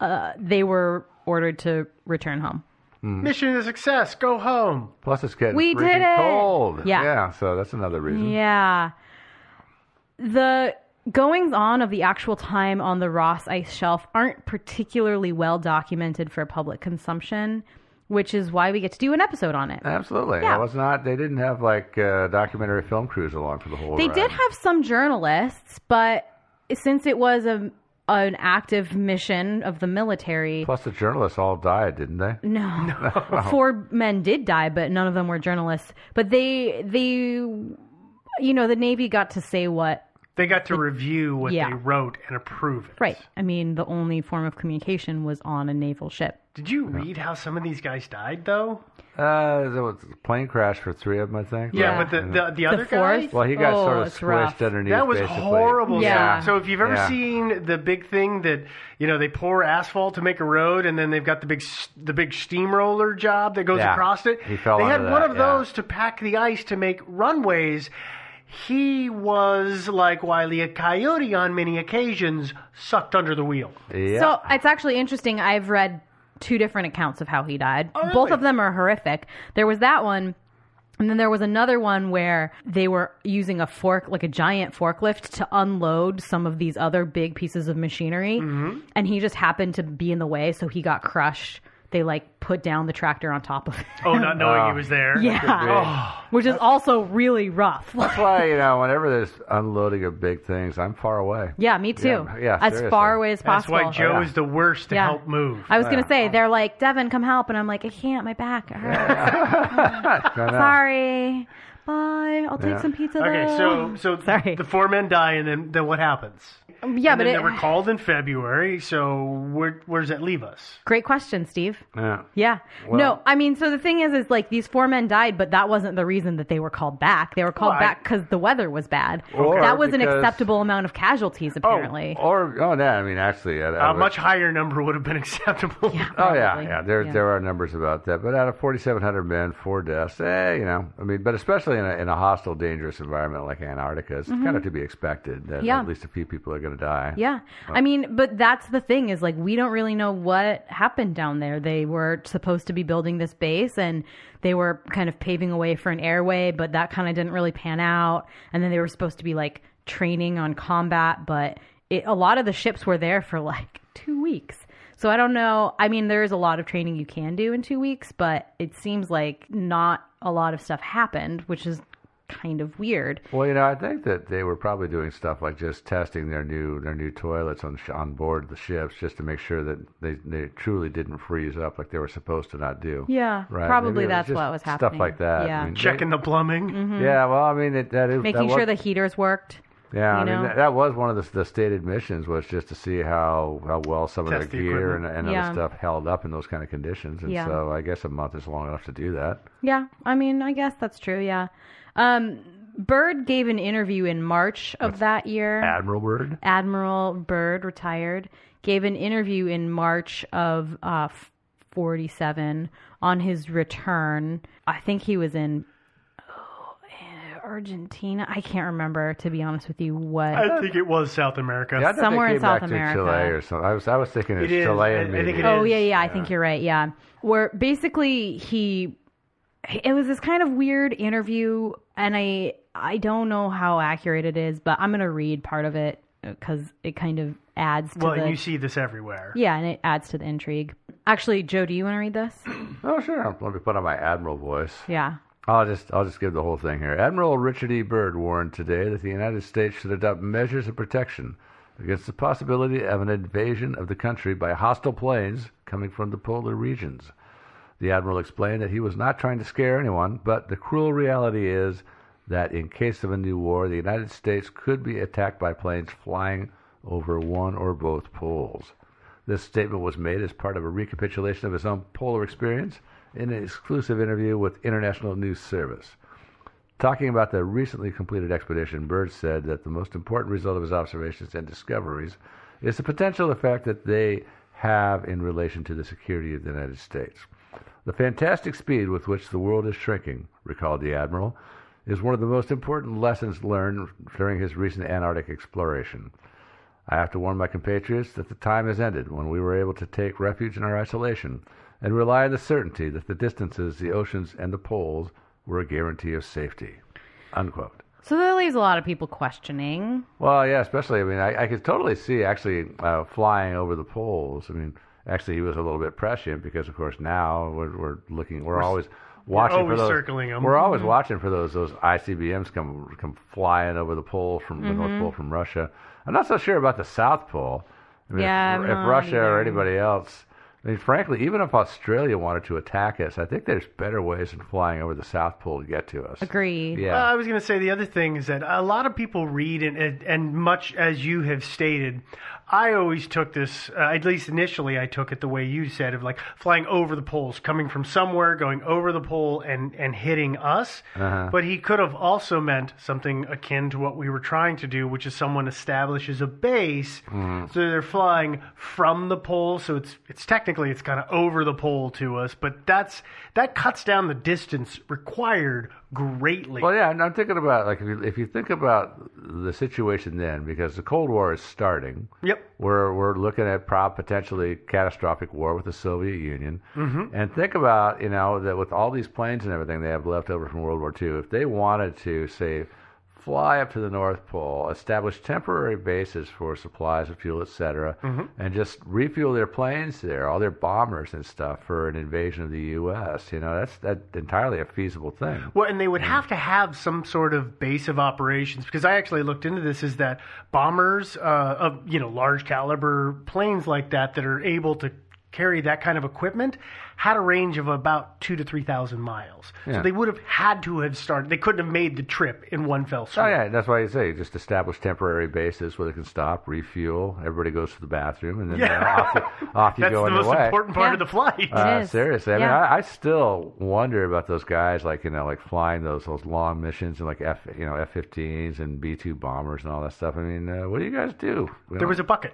Speaker 2: uh, they were ordered to return home.
Speaker 5: mission is a success. Go home.
Speaker 1: Plus, it's getting
Speaker 2: We did
Speaker 1: freaking
Speaker 2: it!
Speaker 1: cold.
Speaker 2: Yeah. Mm.
Speaker 1: So that's another reason.
Speaker 2: Yeah. The goings on of the actual time on the Ross ice shelf aren't particularly well documented for public consumption, which is why we get to do an episode on it.
Speaker 1: Absolutely.
Speaker 2: Yeah.
Speaker 1: It was not. They didn't have like uh, documentary film crews along for the whole.
Speaker 2: They
Speaker 1: ride.
Speaker 2: did have some journalists, but since it was a an active mission of the military,
Speaker 1: Plus, the journalists all died, didn't they?
Speaker 2: No. Four men did die, but none of them were journalists. But they they you know, the Navy got to say what
Speaker 5: They got to review what
Speaker 2: Yeah.
Speaker 5: they wrote and approve it.
Speaker 2: Right. I mean, the only form of communication was on a naval ship.
Speaker 5: Did you read how some of these guys died, though?
Speaker 1: Uh, there was a plane crash for three of them, I think.
Speaker 5: Yeah,
Speaker 2: Yeah.
Speaker 5: but the the, the other guy.
Speaker 2: fourth?
Speaker 1: Well, he got
Speaker 2: Oh,
Speaker 1: sort of
Speaker 2: it's
Speaker 1: squished
Speaker 2: rough.
Speaker 1: underneath.
Speaker 5: That was
Speaker 1: basically.
Speaker 5: horrible.
Speaker 2: Yeah.
Speaker 5: So, so if you've ever
Speaker 1: Yeah.
Speaker 5: seen the big thing that you know they pour asphalt to make a road, and then they've got the big s- the big steamroller job that goes
Speaker 1: Yeah.
Speaker 5: across it.
Speaker 1: He fell
Speaker 5: they
Speaker 1: onto
Speaker 5: had one
Speaker 1: that,
Speaker 5: of
Speaker 1: yeah.
Speaker 5: those to pack the ice to make runways. He was like Wiley a coyote on many occasions, sucked under the wheel.
Speaker 1: Yeah.
Speaker 2: So it's actually interesting. I've read two different accounts of how he died. Both of them are horrific. There was that one. And then there was another one where they were using a fork, like a giant forklift, to unload some of these other big pieces of machinery.
Speaker 1: Mm-hmm.
Speaker 2: And he just happened to be in the way, so he got crushed. They like put down the tractor on top of him.
Speaker 5: Oh, not knowing he was there.
Speaker 2: yeah. Which is also really rough.
Speaker 1: That's why you know whenever there's unloading of big things, I'm far away.
Speaker 2: Yeah, me too.
Speaker 1: Yeah, yeah,
Speaker 2: as
Speaker 1: seriously.
Speaker 2: far away as
Speaker 5: That's
Speaker 2: possible.
Speaker 5: why Joe is the worst to
Speaker 2: Yeah.
Speaker 5: help move.
Speaker 2: I was gonna say they're like Devin, come help, and I'm like I can't, my back hurts.
Speaker 1: I know.
Speaker 2: Sorry, bye. I'll take
Speaker 1: Yeah.
Speaker 2: some pizza.
Speaker 5: Okay, so
Speaker 2: though.
Speaker 5: so
Speaker 2: Sorry.
Speaker 5: the four men die, and then then what happens?
Speaker 2: yeah,
Speaker 5: and
Speaker 2: but
Speaker 5: then
Speaker 2: it,
Speaker 5: they were called in February. So where where does that leave us?
Speaker 2: great question, Steve.
Speaker 1: Yeah.
Speaker 2: Yeah. no, I mean, so the thing is, is like these four men died, but that wasn't the reason that they were called back. They were called
Speaker 5: Well, I-
Speaker 2: back because the weather was bad.
Speaker 1: Or
Speaker 2: that was an
Speaker 1: because-
Speaker 2: acceptable amount of casualties,
Speaker 5: Oh,
Speaker 2: apparently.
Speaker 1: Or oh yeah, I mean actually, at,
Speaker 5: A much higher number would have been acceptable. Uh,
Speaker 1: Oh yeah,
Speaker 2: Probably.
Speaker 1: yeah. There there are numbers about that, but out of 4,700 men, four deaths. Eh, you know, I mean, but especially in a, in a hostile, dangerous environment like Antarctica, it's kind of to be expected that
Speaker 2: Mm-hmm. Yeah.
Speaker 1: at least a few people are going to die.
Speaker 2: Yeah. I mean, but that's the thing is like we don't really know what happened down there. They were supposed to be building this base and they were kind of paving a way for an airway, but that kind of didn't really pan out. And then they were supposed to be like training on combat, but it, a lot of the ships were there for like 2 weeks. So I don't know. I mean, there is a lot of training you can do in 2 weeks, but it seems like not a lot of stuff happened, which is kind of weird.
Speaker 1: Well, you know, I think that they were probably doing stuff like just testing their new their new toilets on sh- on board the ships just to make sure that they they truly didn't freeze up like they were supposed to not do.
Speaker 2: Yeah,
Speaker 1: Right?
Speaker 2: probably
Speaker 1: Maybe it was
Speaker 2: that's
Speaker 1: just
Speaker 2: what was happening.
Speaker 1: Stuff like that. I
Speaker 2: Yeah.
Speaker 1: mean, they-
Speaker 5: Checking the plumbing.
Speaker 2: Mm-hmm.
Speaker 1: Yeah. Well, I mean, it, that is
Speaker 2: making
Speaker 1: that
Speaker 2: sure
Speaker 1: was-
Speaker 2: the heaters worked.
Speaker 1: Yeah, I
Speaker 2: you
Speaker 1: mean
Speaker 2: know?
Speaker 1: that, that was one of the, the stated missions was just to see how, how well some of
Speaker 5: Test
Speaker 1: the
Speaker 5: the
Speaker 1: gear and,
Speaker 5: equipment.
Speaker 1: and
Speaker 2: Yeah.
Speaker 1: other stuff held up in those kind of conditions, and
Speaker 2: Yeah.
Speaker 1: so I guess a month is long enough to do that.
Speaker 2: Yeah, I mean, I guess that's true. Yeah, um, Bird gave an interview in March of that year.
Speaker 1: Admiral Bird,
Speaker 2: Admiral Byrd retired, gave an interview in March of uh, 47 on his return. I think he was in oh, eh, Argentina. I can't remember, to be honest with you, what.
Speaker 5: I think it was South America.
Speaker 1: yeah, I thought they
Speaker 2: Somewhere in
Speaker 1: came
Speaker 2: South
Speaker 1: back
Speaker 2: America.
Speaker 1: To Chile or something. I was I was thinking it's
Speaker 5: It is. I- I
Speaker 1: Chilean.
Speaker 5: think
Speaker 1: maybe.
Speaker 5: it
Speaker 2: oh,
Speaker 5: is.
Speaker 2: yeah, yeah, I think you're right. Yeah. Where basically he. It was this kind of weird interview, and I I don't know how accurate it is, but I'm gonna read part of it because it kind of adds to
Speaker 5: Well,
Speaker 2: the
Speaker 5: and you see this everywhere.
Speaker 2: yeah, and it adds to the intrigue. Actually, Joe, do you want to read this?
Speaker 1: Oh, sure. Let me put on my admiral voice.
Speaker 2: Yeah.
Speaker 1: I'll just I'll just give the whole thing here. Admiral Richard E. Byrd warned today that the United States should adopt measures of protection against the possibility of an invasion of the country by hostile planes coming from the polar regions. The admiral explained that he was not trying to scare anyone, but the cruel reality is that in case of a new war, the United States could be attacked by planes flying over one or both poles. This statement was made as part of a recapitulation of his own polar experience in an exclusive interview with International News Service. Talking about the recently completed expedition, Byrd said that the most important result of his observations and discoveries is the potential effect that they have in relation to the security of the United States. The fantastic speed with which the world is shrinking, recalled the Admiral, is one of the most important lessons learned during his recent Antarctic exploration. I have to warn my compatriots that the time has ended when we were able to take refuge in our isolation and rely on the certainty that the distances, the oceans, and the poles were a guarantee of safety. Unquote.
Speaker 2: So that leaves a lot of people questioning.
Speaker 1: Well, yeah, especially, I mean, I, I could totally see actually uh, flying over the poles. I mean, actually, he was a little bit prescient because, of course, now we're, we're looking, we're, always watching for
Speaker 5: always
Speaker 1: those.
Speaker 5: Oh, circling 'em. Mm-hmm.
Speaker 1: We're always watching for those those ICBMs come come flying over the pole from the
Speaker 5: Mm-hmm.
Speaker 1: North Pole from Russia. I'm not so sure about the South Pole. I mean,
Speaker 2: Yeah,
Speaker 1: if,
Speaker 2: I'm
Speaker 1: if
Speaker 2: not
Speaker 1: Russia or
Speaker 2: either.
Speaker 1: anybody else, I mean, frankly, even if Australia wanted to attack us, I think there's better ways than flying over the South Pole to get to us.
Speaker 2: Agreed.
Speaker 1: Yeah.
Speaker 5: Uh, I was going to say the other thing is that a lot of people read, and, and, and much as you have stated, I always took this, uh, at least initially, I took it the way you said of like flying over the poles, coming from somewhere, going over the pole, and, and hitting us. But he could have also meant something akin to what we were trying to do, which is someone establishes a base, so they're flying from the pole, so it's it's technically it's kind of over the pole to us, but that's that cuts down the distance required greatly.
Speaker 1: Well, yeah, and I'm thinking about like if you, if you think about the situation then, because the Cold War is starting.
Speaker 5: Yep.
Speaker 1: We're we're looking at prob potentially catastrophic war with the Soviet Union, mm-hmm. and think about you know that with all these planes and everything they have left over from World War II, if they wanted to say fly up to the North Pole, establish temporary bases for supplies of fuel, etc., and just refuel their planes there, all their bombers and stuff for an invasion of the U.S. You know that's that entirely a feasible thing.
Speaker 5: Well, and they
Speaker 1: Hmm.
Speaker 5: would have to have some sort of base of operations because I actually looked into this. Is that bombers uh, of you know large caliber planes like that that are able to carry that kind of equipment had a range of about two to three thousand miles.
Speaker 1: Yeah.
Speaker 5: So they would have had to have started. They couldn't have made the trip in one fell swoop.
Speaker 1: Oh yeah, that's why you say just establish temporary bases where they can stop, refuel. Everybody goes to the bathroom, and then
Speaker 5: Yeah.
Speaker 1: uh, off, you- off you
Speaker 5: That's
Speaker 1: go
Speaker 5: the
Speaker 1: on your
Speaker 5: most
Speaker 1: way.
Speaker 5: important part of
Speaker 2: Yeah.
Speaker 5: the flight.
Speaker 1: Uh,
Speaker 2: It is.
Speaker 1: Seriously, I
Speaker 2: Yeah.
Speaker 1: mean, I, I still wonder about those guys, like you know, like flying those those long missions and like F, you know, F-15s and B-2 bombers and all that stuff. I mean, uh, what do you guys do? You know,
Speaker 5: there was a bucket.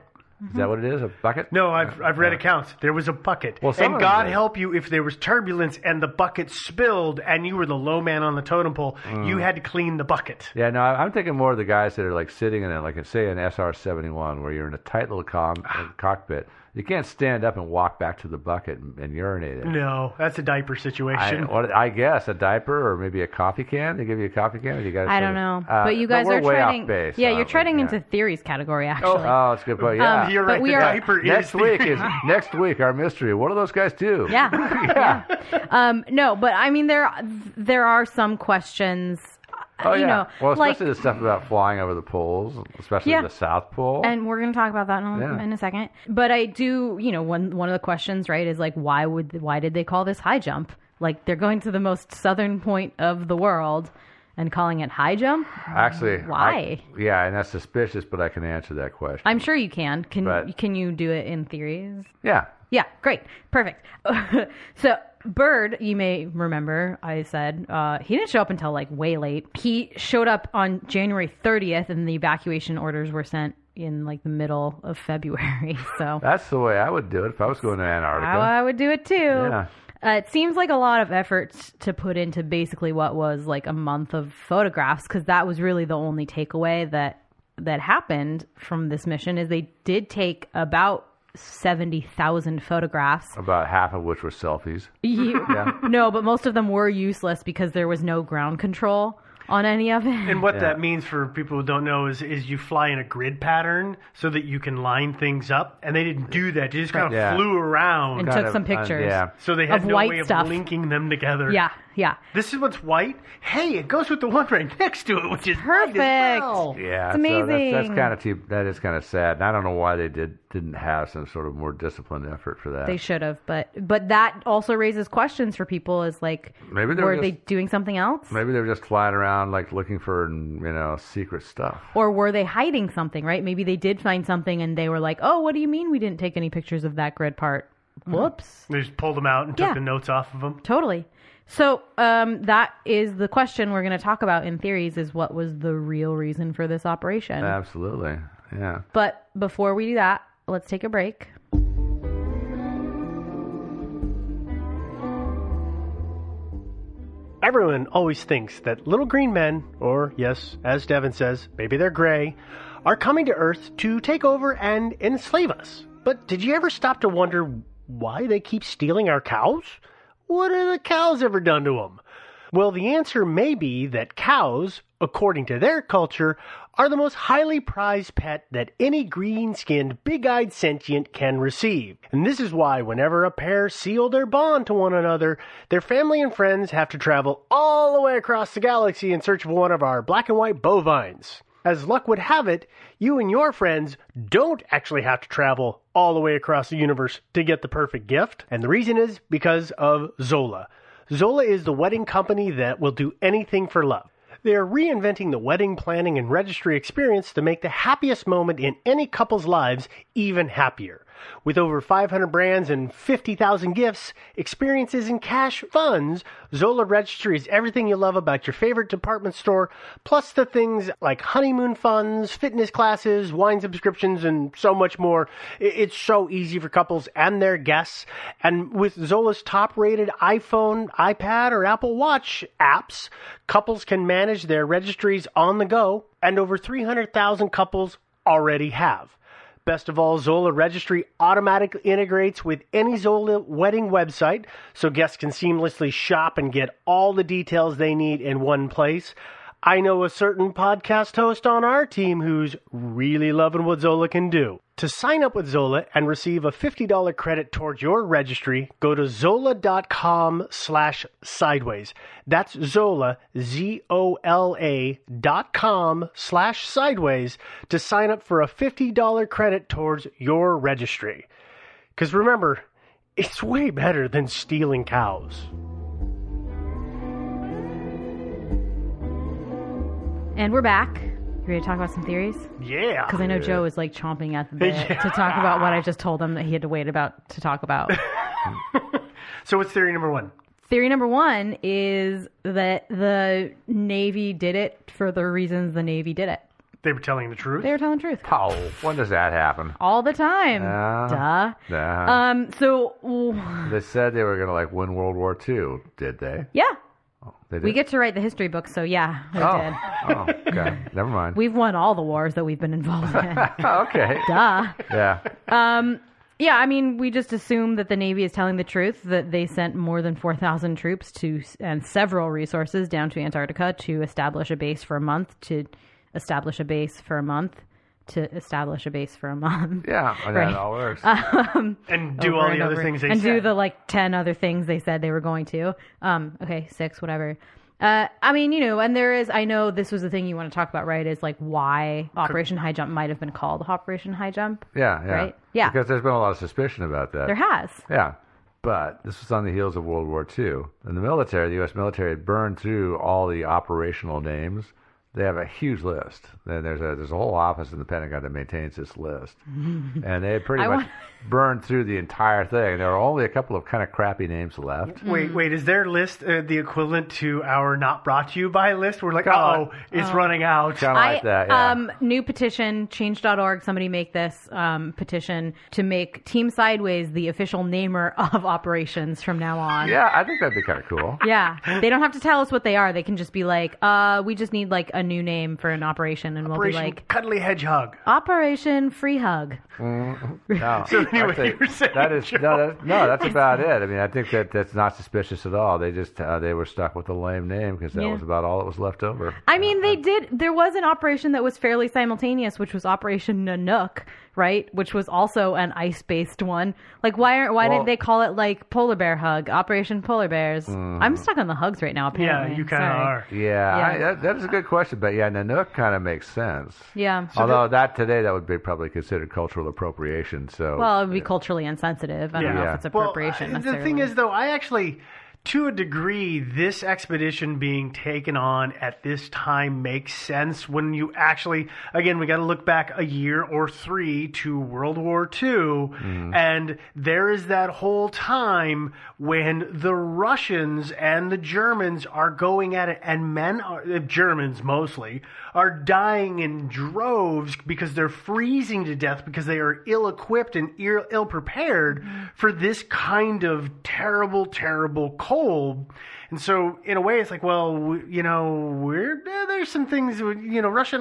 Speaker 1: is that what it is? A bucket?
Speaker 5: No, I've, I've read accounts. There was a bucket.
Speaker 1: Well, some
Speaker 5: and
Speaker 1: of
Speaker 5: God
Speaker 1: them did.
Speaker 5: help you if there was turbulence and the bucket spilled and you were the low man on the totem pole. You had to clean the bucket.
Speaker 1: Mm. Yeah, no, I- I'm thinking more of the guys that are like sitting in it, like say an SR-71, where you're in a tight little com-
Speaker 5: Ah.
Speaker 1: cockpit. You can't stand up and walk back to the bucket and, and urinate it.
Speaker 5: No, that's a diaper
Speaker 1: I,
Speaker 5: situation.
Speaker 1: what, I guess a diaper or maybe a coffee can. They give you a coffee can. Or you got.
Speaker 2: I don't know, but you guys
Speaker 1: Uh, no, we're
Speaker 2: are
Speaker 1: way
Speaker 2: treading.
Speaker 1: off base.
Speaker 2: yeah, you're
Speaker 1: aren't we?
Speaker 2: treading
Speaker 1: Yeah.
Speaker 2: into theories category
Speaker 1: Oh,
Speaker 2: actually. Um,
Speaker 1: that's a good point. Yeah.
Speaker 5: You're
Speaker 2: but
Speaker 5: right. The
Speaker 2: we are-
Speaker 5: diaper is
Speaker 1: next
Speaker 5: the-
Speaker 1: week is next week our mystery. What do those guys do?
Speaker 2: Yeah. yeah. Um, no, but I mean there there are some questions. uh,
Speaker 1: Oh
Speaker 2: you
Speaker 1: yeah.
Speaker 2: know,
Speaker 1: well,
Speaker 2: like,
Speaker 1: especially the stuff about flying over the poles, especially
Speaker 2: Yeah.
Speaker 1: the South Pole.
Speaker 2: and we're going to talk about that in, a-
Speaker 1: Yeah.
Speaker 2: in a second. But I do, you know, one one of the questions, right, is like why would why did they call this high jump? Like they're going to the most southern point of the world and calling it high jump?
Speaker 1: actually, I-
Speaker 2: Why?
Speaker 1: yeah, and that's suspicious, but I can answer that question.
Speaker 2: I'm sure you can. Can
Speaker 1: Right.
Speaker 2: can you do it in theories?
Speaker 1: yeah.
Speaker 2: Yeah, great, perfect. so Bird, you may remember, I said uh, he didn't show up until like way late. He showed up on January 30th, and the evacuation orders were sent in like the middle of February. So
Speaker 1: That's the way I would do it if I was going to Antarctica.
Speaker 2: how I would do it too.
Speaker 1: Yeah.
Speaker 2: Uh, it seems like a lot of efforts to put into basically what was like a month of photographs because that was really the only takeaway that that happened from this mission is they did take about 70,000 photographs
Speaker 1: About half of which were selfies.
Speaker 2: you, No, but most of them were useless because there was no ground control. on any of it.
Speaker 5: And what that means for people who don't know is, is you fly in a grid pattern so that you can line things up. And they didn't do that. They just kind of
Speaker 1: Yeah.
Speaker 5: flew around.
Speaker 2: And
Speaker 1: Kind
Speaker 2: took
Speaker 1: of,
Speaker 2: some
Speaker 1: uh,
Speaker 2: pictures.
Speaker 1: yeah.
Speaker 5: so they had
Speaker 2: of
Speaker 5: no
Speaker 2: white
Speaker 5: way of
Speaker 2: stuff.
Speaker 5: linking them together.
Speaker 2: yeah, yeah.
Speaker 5: This is what's white. Hey, it goes with the one right next to it, which is perfect.
Speaker 2: Perfect.
Speaker 1: Yeah,
Speaker 2: It's
Speaker 1: so that's, that's
Speaker 2: amazing.
Speaker 1: kind of cheap. That is kind of sad, and I don't know why they did didn't have some sort of more disciplined effort for that.
Speaker 2: They should have, but but that also raises questions for people. Is like,
Speaker 1: Maybe they were
Speaker 2: were they
Speaker 1: just-
Speaker 2: doing something else,
Speaker 1: Maybe they were just flying around like looking for you know secret stuff.
Speaker 2: or were they hiding something? Right? Maybe they did find something, and they were like, "Oh, what do you mean we didn't take any pictures of that grid part?"
Speaker 1: Hmm.
Speaker 2: Whoops.
Speaker 5: They just pulled them out and took
Speaker 2: Yeah.
Speaker 5: the notes off of them.
Speaker 2: Totally. So um, that is the question we're going to talk about in theories: is what was the real reason for this operation?
Speaker 1: Absolutely, yeah.
Speaker 2: But before we do that, let's take a break.
Speaker 5: Everyone always thinks that little green men, or yes, as Devin says, maybe they're gray, are coming to Earth to take over and enslave us. But did you ever stop to wonder why they keep stealing our cows? What have the cows ever done to them? Well, the answer may be that cows, according to their culture, are the most highly prized pet that any green skinned, big eyed sentient can receive. And this is why, whenever a pair seal their bond to one another, their family and friends have to travel all the way across the galaxy in search of one of our black and white bovines. As luck would have it, you and your friends don't actually have to travel all the way across the universe to get the perfect gift. And the reason is because of Zola. Zola is the wedding company that will do anything for love. They are reinventing the wedding planning and registry experience to make the happiest moment in any couple's lives even happier. With over 500 brands and 50,000 gifts, experiences, and cash funds, Zola Registry is everything you love about your favorite department store, plus the things like honeymoon funds, fitness classes, wine subscriptions, and so much more. I- It's so easy for couples and their guests. And with Zola's top rated iPhone, iPad, or Apple Watch apps, couples can manage their registries on the go, and over 300,000 couples already have. Best of all, Zola Registry automatically integrates with any Zola wedding website, so guests can seamlessly shop and get all the details they need in one place. I know a certain podcast host on our team who's really loving what Zola can do. To sign up with Zola and receive a $50 credit towards your registry, go to zola.com slash sideways. That's Zola, Z-O-L-A dot com slash sideways to sign up for a $50 credit towards your registry. Because remember, it's way better than stealing cows.
Speaker 2: And we're back. You ready to talk about some theories?
Speaker 5: Yeah.
Speaker 2: Because I know Joe is like chomping at the bit to talk about what I just told him that he had to wait about to talk about.
Speaker 5: So what's theory number one?
Speaker 2: Theory number one is that the Navy did it for the reasons the Navy did it.
Speaker 5: They were telling the truth.
Speaker 2: They were telling the truth
Speaker 1: Oh, when does that happen?
Speaker 2: all the time.
Speaker 1: Yeah.
Speaker 2: Duh.
Speaker 1: Nah.
Speaker 2: Um. So w-
Speaker 1: they said they were gonna like win World War II. Did they?
Speaker 2: yeah,
Speaker 1: Oh, They did.
Speaker 2: we get to write the history book. So yeah, we
Speaker 1: oh.
Speaker 2: did.
Speaker 1: oh, okay. Never mind.
Speaker 2: We've won all the wars that we've been involved in.
Speaker 1: oh, okay.
Speaker 2: Duh.
Speaker 1: Yeah.
Speaker 2: Yeah, I mean, we just assume that the Navy is telling the truth that they sent more than 4,000 troops to and several resources down to Antarctica to establish a base for a month, to establish a base for a month, to establish a base for a month.
Speaker 1: Yeah. And
Speaker 2: Right. Uh,
Speaker 1: That all works.
Speaker 5: and do
Speaker 2: Over
Speaker 5: all
Speaker 2: and
Speaker 5: the other
Speaker 2: over.
Speaker 5: things they
Speaker 2: and
Speaker 5: said.
Speaker 2: do the like 10 other things they said they were going to. Um, okay, six, whatever. Uh, I mean, you know, and there is, I know this was the thing you want to talk about, right? Is like why Operation High Jump might have been called Operation High Jump.
Speaker 1: yeah. Yeah.
Speaker 2: Right? Yeah.
Speaker 1: Because there's been a lot of suspicion about that.
Speaker 2: There has.
Speaker 1: Yeah. But this was on the heels of World War II. And the military, the U.S. military, had burned through all the operational names. They have a huge list. And there's a, there's a whole office in the Pentagon that maintains this list. and they pretty
Speaker 2: I
Speaker 1: much
Speaker 2: want-
Speaker 1: burned through the entire thing. There are only a couple of kind of crappy names left.
Speaker 5: Wait, wait, is their list uh, the equivalent to our not brought to you by list? We're like,
Speaker 1: God.
Speaker 5: oh, it's running out.
Speaker 1: Kind of like that. Yeah.
Speaker 2: um, new petition, change.org, somebody make this um, petition to make Team Sideways the official namer of operations from now on.
Speaker 1: yeah, I think that'd be kind of cool.
Speaker 2: Yeah. They don't have to tell us what they are. They can just be like, uh, we just need like a a new name for an operation, and
Speaker 5: Operation
Speaker 2: we'll be like
Speaker 5: Cuddly Hedgehog.
Speaker 2: Operation Free Hug.
Speaker 1: No,
Speaker 5: So anyway,
Speaker 1: I think
Speaker 5: you were saying,
Speaker 1: that is no, that, no, that's about it. I mean, I think that that's not suspicious at all. They just uh, they were stuck with the lame name because that
Speaker 2: Yeah.
Speaker 1: was about all that was left over.
Speaker 2: I mean, they did. There was an operation that was fairly simultaneous, which was Operation Nanook, right? Which was also an ice-based one. Like, why aren't why
Speaker 1: Well-
Speaker 2: didn't they call it like Polar Bear Hug? Operation Polar Bears.
Speaker 1: Mm-hmm.
Speaker 2: I'm stuck on the hugs right now.
Speaker 5: Yeah,
Speaker 2: Apparently,
Speaker 5: you kind of
Speaker 2: Sorry.
Speaker 5: are.
Speaker 1: Yeah, I, that, that is a good question, but yeah, Nanook kind of makes sense.
Speaker 2: Yeah.
Speaker 1: Although that today that would be probably considered cultural appropriation. So
Speaker 2: Well, it would be culturally insensitive. I don't know
Speaker 1: Yeah.
Speaker 2: if it's
Speaker 5: Well,
Speaker 2: appropriation.
Speaker 5: I- the
Speaker 2: necessarily.
Speaker 5: thing is, though, I actually, to a degree, this expedition being taken on at this time makes sense when you actually, again, we got to look back a year or three to World War II, and there is that whole time when the Russians and the Germans are going at it, and men are the Germans mostly are dying in droves because they're freezing to death because they are ill-equipped and ill prepared for this kind of terrible, terrible cold. And so, in a way, it's like, well, we, you know, we're eh, there's some things, you know, Russia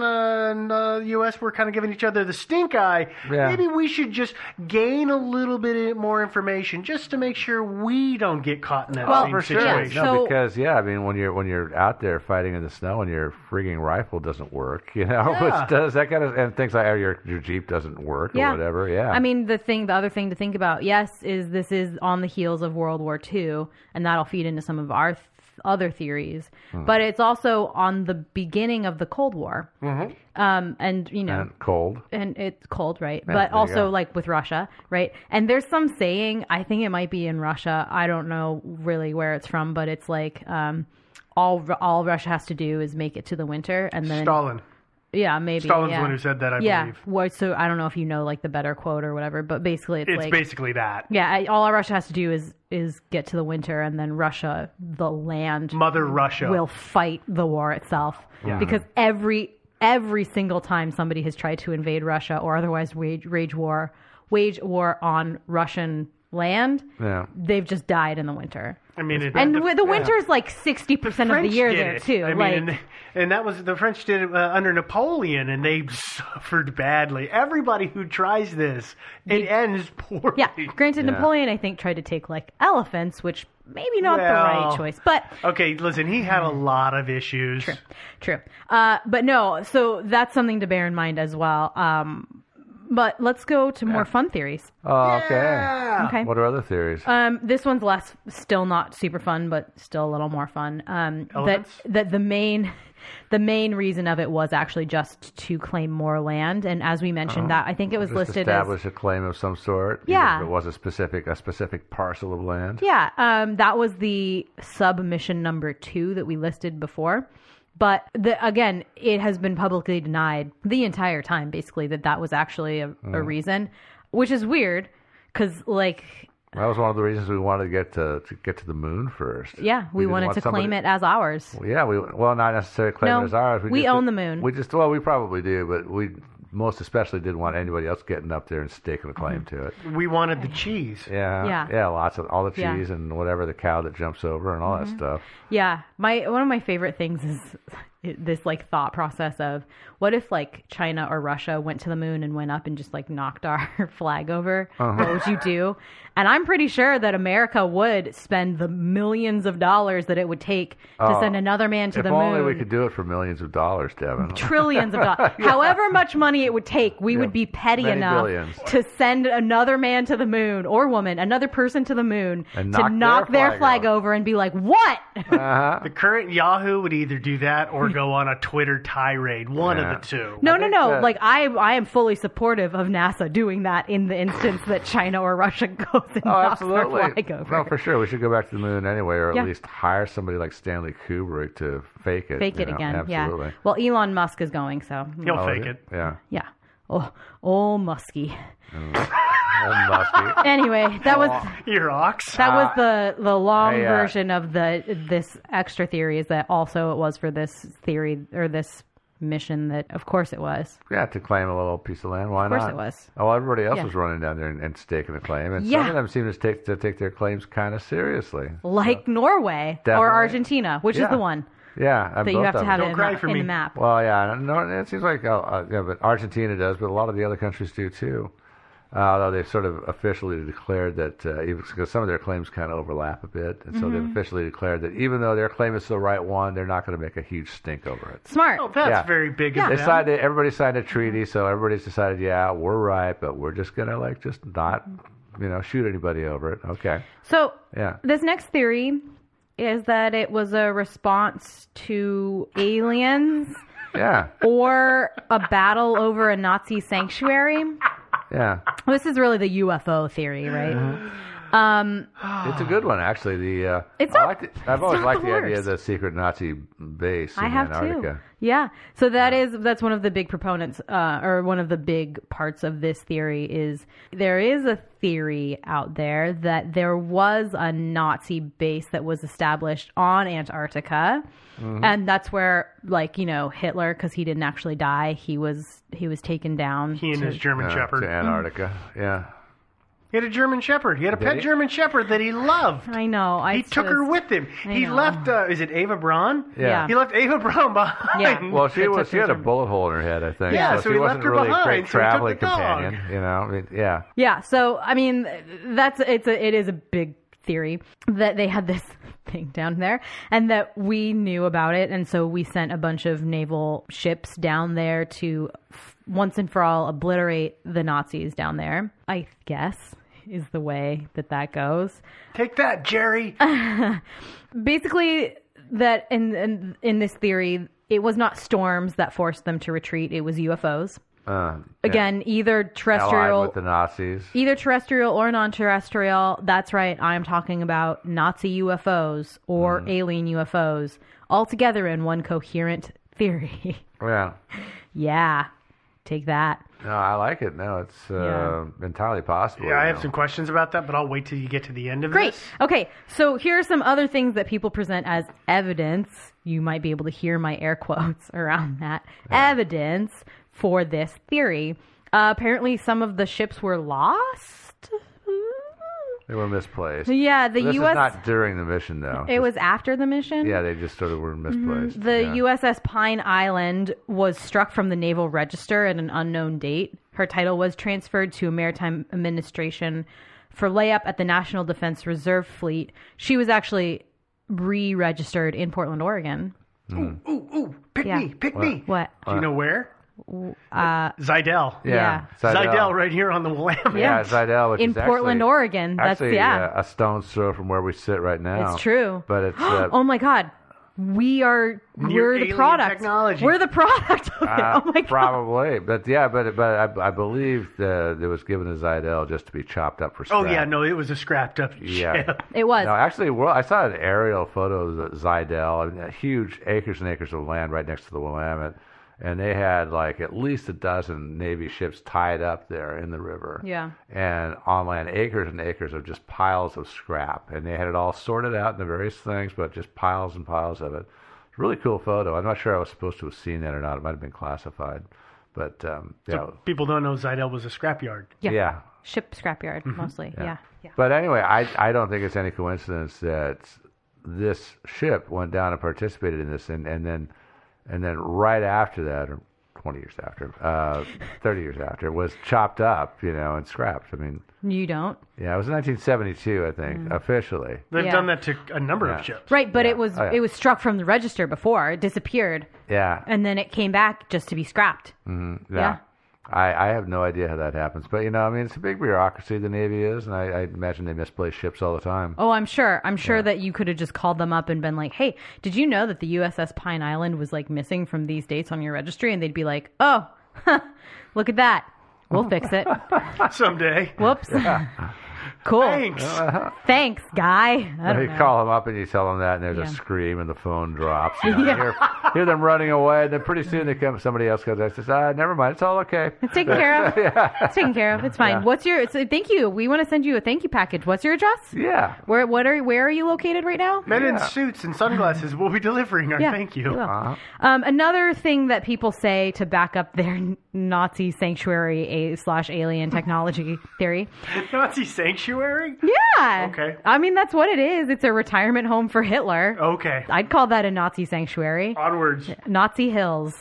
Speaker 5: and uh, U.S. were kind of giving each other the stink eye.
Speaker 1: Yeah.
Speaker 5: Maybe we should just gain a little bit more information just to make sure we don't get caught in that
Speaker 2: Well,
Speaker 5: same
Speaker 2: for sure.
Speaker 5: situation.
Speaker 2: Yeah,
Speaker 1: No,
Speaker 2: So-
Speaker 1: because yeah, I mean, when you're when you're out there fighting in the snow and your frigging rifle doesn't work, you know,
Speaker 5: Yeah.
Speaker 1: which does that kind of and things like oh, your your jeep doesn't work or whatever. Yeah,
Speaker 2: I mean, the thing, the other thing to think about, yes, is this is on the heels of World War II, and that'll feed into some of our th- other theories.
Speaker 1: Hmm.
Speaker 2: But it's also on the beginning of the Cold War, mm-hmm. um, and you know,
Speaker 1: and cold.
Speaker 2: and it's cold, right?
Speaker 1: there
Speaker 2: but
Speaker 1: you
Speaker 2: also
Speaker 1: go.
Speaker 2: like with Russia, right? And there's some saying, I think it might be in Russia. I don't know really where it's from, but it's like um, all all Russia has to do is make it to the winter, and then
Speaker 5: Stalin.
Speaker 2: yeah, maybe
Speaker 5: Stalin's the
Speaker 2: yeah.
Speaker 5: one who said that, I
Speaker 2: yeah.
Speaker 5: believe.
Speaker 2: Well, so I don't know if you know like the better quote or whatever, but basically it's,
Speaker 5: It's
Speaker 2: like
Speaker 5: basically that.
Speaker 2: yeah, I- all Russia has to do is is get to the winter, and then Russia, the land,
Speaker 5: Mother Russia.
Speaker 2: will fight the war itself because every every single time somebody has tried to invade Russia or otherwise wage rage war wage war on Russian land,
Speaker 1: Yeah.
Speaker 2: they've just died in the winter.
Speaker 5: I mean, it,
Speaker 2: And
Speaker 5: the-
Speaker 2: wi- the, winter's like sixty percent of the
Speaker 5: French
Speaker 2: year
Speaker 5: did
Speaker 2: there
Speaker 5: it.
Speaker 2: too.
Speaker 5: I mean,
Speaker 2: like,
Speaker 5: and, and that was the French did it uh, under Napoleon, and they suffered badly. Everybody who tries this, it ends poorly.
Speaker 2: yeah. Granted, Napoleon I think tried to take like elephants, which maybe not the
Speaker 5: Well.
Speaker 2: right choice, but
Speaker 5: Okay, listen, he had a lot of issues.
Speaker 2: True. Uh, but no, so that's something to bear in mind as well. Um, but let's go to more fun theories.
Speaker 1: Oh, okay.
Speaker 2: Okay.
Speaker 1: What are other theories?
Speaker 2: Um, this one's less, still not super fun, but still a little more fun. Um, that
Speaker 5: Elephants?
Speaker 2: that the main, the main reason of it was actually just to claim more land, and as we mentioned, that I think it was
Speaker 1: Uh-huh. Just
Speaker 2: listed as
Speaker 1: establish a claim of some sort. even
Speaker 2: Yeah.
Speaker 1: If it was a specific a specific parcel of land.
Speaker 2: Yeah, um, that was the submission number two that we listed before. But the, again, it has been publicly denied the entire time, basically, that that was actually a,
Speaker 1: Mm.
Speaker 2: a reason, which is weird because, like,
Speaker 1: That was one of the reasons we wanted to get to, to get to the moon first.
Speaker 2: yeah, we,
Speaker 1: didn't
Speaker 2: wanted
Speaker 1: want
Speaker 2: to claim
Speaker 1: somebody-
Speaker 2: it as ours.
Speaker 1: Well, yeah, we well not necessarily claim
Speaker 2: No,
Speaker 1: it as ours.
Speaker 2: we
Speaker 1: just-
Speaker 2: own the moon.
Speaker 1: We just well, we probably do, but we most especially didn't want anybody else getting up there and staking a claim to it.
Speaker 5: We wanted the cheese.
Speaker 1: Yeah,
Speaker 2: Mm-hmm. Yeah.
Speaker 1: lots of all the
Speaker 2: Yeah. Mm-hmm.
Speaker 1: cheese and whatever the cow that jumps over and all that stuff.
Speaker 2: Yeah, my one of my favorite things is this like thought process of what if like China or Russia went to the moon and went up and just like knocked our flag over?
Speaker 1: Uh-huh.
Speaker 2: What would you do? And I'm pretty sure that America would spend the millions of dollars that it would take to send another man to
Speaker 1: Oh. if
Speaker 2: the
Speaker 1: only
Speaker 2: moon.
Speaker 1: we could do it for millions of dollars, Devin.
Speaker 2: Trillions of dollars. However much money it would take, we would be petty
Speaker 1: Many
Speaker 2: enough
Speaker 1: billions.
Speaker 2: to send another man to the moon or woman, another person to the moon
Speaker 1: And
Speaker 2: to
Speaker 1: knock their
Speaker 2: knock their
Speaker 1: flag
Speaker 2: flag
Speaker 1: out.
Speaker 2: over and be like, "What?"
Speaker 5: The current Yahoo would either do that or go on a Twitter tirade. One of the two.
Speaker 2: Hmm. No, no, no.
Speaker 1: that-
Speaker 2: Like I, I am fully supportive of NASA doing that in the instance that China or Russia goes and
Speaker 1: Oh,
Speaker 2: knocks
Speaker 1: absolutely.
Speaker 2: their flag over.
Speaker 1: No, for sure. We should go back to the moon anyway, or
Speaker 2: Yeah.
Speaker 1: at least hire somebody like Stanley Kubrick to fake it.
Speaker 2: Fake
Speaker 1: you
Speaker 2: it
Speaker 1: know,
Speaker 2: again.
Speaker 1: Absolutely.
Speaker 2: Yeah. Well, Elon Musk is going, so mm.
Speaker 5: He'll
Speaker 1: Oh,
Speaker 5: fake
Speaker 1: is
Speaker 5: it.
Speaker 1: Yeah.
Speaker 2: yeah. Oh, oh, Muskie.
Speaker 1: Old Muskie.
Speaker 2: Anyway, that was
Speaker 5: Your ox.
Speaker 2: that was the the long
Speaker 1: I, Oh, uh,
Speaker 2: version of the this extra theory is that also it was for this theory or this mission that of course it was.
Speaker 1: Yeah, to claim a little piece of land. Why
Speaker 2: course
Speaker 1: not?
Speaker 2: it was.
Speaker 1: Oh, everybody else
Speaker 2: Yeah.
Speaker 1: was running down there and, and staking a claim, and
Speaker 2: Yeah.
Speaker 1: some of them seem to take to take their claims kind of seriously.
Speaker 2: Like Norway or
Speaker 1: Definitely.
Speaker 2: Argentina, which is
Speaker 1: Yeah.
Speaker 2: the one.
Speaker 1: Yeah, and
Speaker 2: that you
Speaker 1: both
Speaker 2: have to
Speaker 1: of
Speaker 2: have
Speaker 1: them.
Speaker 2: it in,
Speaker 5: Don't cry
Speaker 2: ma-
Speaker 5: for
Speaker 2: in
Speaker 5: me.
Speaker 2: the map.
Speaker 1: Well, yeah, no, it seems like uh, uh, yeah, but Argentina does, but a lot of the other countries do too. Uh, although they've sort of officially declared that, uh, even because some of their claims kind of overlap a bit, and so they've
Speaker 2: Mm-hmm.
Speaker 1: officially declared that even though their claim is the right one, they're not going to make a huge stink over it.
Speaker 2: Smart.
Speaker 5: Oh, that's
Speaker 1: Yeah.
Speaker 5: very big of
Speaker 1: They
Speaker 5: them.
Speaker 1: signed it, everybody signed a treaty, so everybody's decided, yeah, we're right, but we're just going to like just not, you know, shoot anybody over it. Okay,
Speaker 2: So
Speaker 1: yeah.
Speaker 2: this next theory is that it was a response to aliens
Speaker 1: Yeah,
Speaker 2: or a battle over a Nazi sanctuary.
Speaker 1: yeah.
Speaker 2: This is really the UFO theory, right? Um,
Speaker 1: It's a good one, actually. The uh,
Speaker 2: It's
Speaker 1: I
Speaker 2: not-
Speaker 1: liked it. I've
Speaker 2: it's
Speaker 1: always
Speaker 2: not
Speaker 1: liked
Speaker 2: the
Speaker 1: the, idea of
Speaker 2: worst.
Speaker 1: the secret Nazi base in
Speaker 2: I have
Speaker 1: Antarctica.
Speaker 2: too. Yeah. So that is that's one of the big proponents, uh, or one of the big parts of this theory is there is a theory out there that there was a Nazi base that was established on Antarctica,
Speaker 5: Mm-hmm.
Speaker 2: and that's where, like you know, Hitler because he didn't actually die, he was he was taken down.
Speaker 5: He and
Speaker 2: to-
Speaker 5: his German
Speaker 1: Uh,
Speaker 5: Shepherd.
Speaker 1: to
Speaker 2: Mm.
Speaker 1: Antarctica. Yeah.
Speaker 5: He had a German Shepherd. He had a pet
Speaker 1: he?
Speaker 5: German Shepherd that he loved.
Speaker 2: I know. I
Speaker 5: He took her with him. He
Speaker 2: know.
Speaker 5: left. Uh, is it Ava Braun?
Speaker 1: Yeah.
Speaker 5: He left Ava Braun behind.
Speaker 2: Yeah.
Speaker 1: Well, she
Speaker 2: They
Speaker 1: was.
Speaker 2: took
Speaker 1: She had a
Speaker 2: him.
Speaker 1: bullet hole in her head, I think.
Speaker 5: Yeah, so
Speaker 1: so,
Speaker 5: he
Speaker 1: she
Speaker 5: left
Speaker 1: wasn't
Speaker 5: her
Speaker 1: really a
Speaker 5: behind,
Speaker 1: great
Speaker 5: so he took
Speaker 1: traveling
Speaker 5: the dog.
Speaker 1: companion. You know, I mean, yeah.
Speaker 2: Yeah, so I mean, that's it's a it is a big theory that they had this thing down there and that we knew about it and so we sent a bunch of naval ships down there to f- once and for all obliterate the Nazis down there. I guess is the way that that goes
Speaker 5: Take that, Jerry.
Speaker 2: basically that in, in in this theory it was not storms that forced them to retreat it was ufos
Speaker 1: Uh,
Speaker 2: again either
Speaker 1: yeah.
Speaker 2: terrestrial
Speaker 1: allied with the Nazis.
Speaker 2: either terrestrial or non-terrestrial that's right i'm talking about nazi ufos or
Speaker 1: Mm.
Speaker 2: alien ufos all together in one coherent theory
Speaker 1: Yeah.
Speaker 2: yeah take that
Speaker 1: No, I like it. No, it's uh, entirely possible.
Speaker 5: yeah, I
Speaker 1: you
Speaker 5: have
Speaker 1: know.
Speaker 5: some questions about that, but I'll wait till you get to the end of
Speaker 2: great
Speaker 5: this.
Speaker 2: okay so here are some other things that people present as evidence you might be able to hear my air quotes around that evidence for this theory uh, apparently some of the ships were lost
Speaker 1: They were misplaced.
Speaker 2: yeah the
Speaker 1: this
Speaker 2: us
Speaker 1: is not during the mission, though.
Speaker 2: it was after the mission
Speaker 1: Yeah, they just sort of were misplaced.
Speaker 2: The
Speaker 1: yeah.
Speaker 2: USS Pine Island was struck from the Naval Register at an unknown date. Her title was transferred to Maritime Administration for layup at the National Defense Reserve Fleet. She was actually re registered in Portland, Oregon.
Speaker 1: Hmm.
Speaker 5: Ooh, ooh, pick
Speaker 2: Yeah.
Speaker 5: me, pick me.
Speaker 2: What?
Speaker 5: Do you know where? Uh, Zidell.
Speaker 1: Yeah.
Speaker 5: Zidell. right here on the lamp.
Speaker 1: Yeah, Zidell. Which
Speaker 2: In
Speaker 1: is
Speaker 2: Portland,
Speaker 1: actually-
Speaker 2: Oregon. That's,
Speaker 1: Actually,
Speaker 2: yeah.
Speaker 1: uh, a stone's throw from where we sit right now.
Speaker 2: It's true.
Speaker 1: But it's uh,
Speaker 2: oh my God. We are,
Speaker 5: Near
Speaker 2: we're the
Speaker 5: alien
Speaker 2: product.
Speaker 5: technology.
Speaker 2: We're the product of
Speaker 1: Uh,
Speaker 2: it. Oh my God.
Speaker 1: Probably, but yeah, but but I, I believe the, it was given to Zidel just to be chopped up for. Scrap.
Speaker 5: Oh, yeah, no, it was a scrapped up
Speaker 1: Yeah.
Speaker 5: ship.
Speaker 2: It was.
Speaker 1: No, actually, well, I saw an aerial photo of Zidel, and a huge acres and acres of land right next to the Willamette, and they had like at least a dozen Navy ships tied up there in the river.
Speaker 2: Yeah.
Speaker 1: And on land, acres and acres of just piles of scrap, and they had it all sorted out in the various things, but just piles and piles of it. It's a really cool photo. I'm not sure I was supposed to have seen that or not. It might have been classified, but um, yeah.
Speaker 5: People don't know Zidell was a scrapyard.
Speaker 2: yeah.
Speaker 1: yeah. Mm-hmm.
Speaker 2: Ship scrapyard mostly. Yeah. yeah.
Speaker 1: But anyway, I, I don't think it's any coincidence that this ship went down and participated in this, and, and then and then right after that, or twenty years after, uh, thirty years after, was chopped up, you know, and scrapped. I mean,
Speaker 2: You don't.
Speaker 1: yeah, it was 1972, I think,
Speaker 2: Mm-hmm.
Speaker 1: officially.
Speaker 5: They've
Speaker 2: Yeah.
Speaker 5: done that to a number of ships.
Speaker 2: Right, but it was
Speaker 1: Oh, yeah.
Speaker 2: it was struck from the register before, it disappeared,
Speaker 1: Yeah, Mm-hmm.
Speaker 2: and then it came back just to be scrapped.
Speaker 1: yeah.
Speaker 2: yeah.
Speaker 1: I, I have no idea how that happens, but you know, I mean, it's a big bureaucracy the Navy is, and I, I imagine they misplace ships all the time.
Speaker 2: Oh, I'm sure. I'm sure that you could have just called them up and been like, "Hey, did you know that the USS Pine Island was like missing from these dates on your registry?" And they'd be like, "Oh, look at that. We'll fix it.
Speaker 5: Someday.
Speaker 2: Whoops. cool. Thanks,
Speaker 5: Thanks.
Speaker 2: guy. I
Speaker 1: you
Speaker 2: don't Oh, know.
Speaker 1: call them up and you tell them that, and there's
Speaker 2: Yeah.
Speaker 1: a scream, and the phone drops. You know,
Speaker 2: Yeah.
Speaker 1: You're hear them running away, and then pretty soon they come. Somebody else comes and says, "Ah, never mind, it's all okay."
Speaker 2: It's taken care of. It's taken care of. It's fine. What's your? It's, thank you. We want to send you a thank you package. What's your address?
Speaker 1: Yeah,
Speaker 2: Where? What are? Where are you located right now?
Speaker 5: Men in suits and sunglasses will be delivering our
Speaker 2: Yeah,
Speaker 5: thank
Speaker 2: we
Speaker 5: you.
Speaker 2: will. Um, another thing that people say to back up their Nazi sanctuary a- slash alien technology theory.
Speaker 5: Nazi sanctuary?
Speaker 2: Yeah.
Speaker 5: Okay.
Speaker 2: I mean, that's what it is. It's a retirement home for Hitler.
Speaker 5: Okay.
Speaker 2: I'd call that a Nazi sanctuary.
Speaker 5: Onwards.
Speaker 2: Nazi Hills.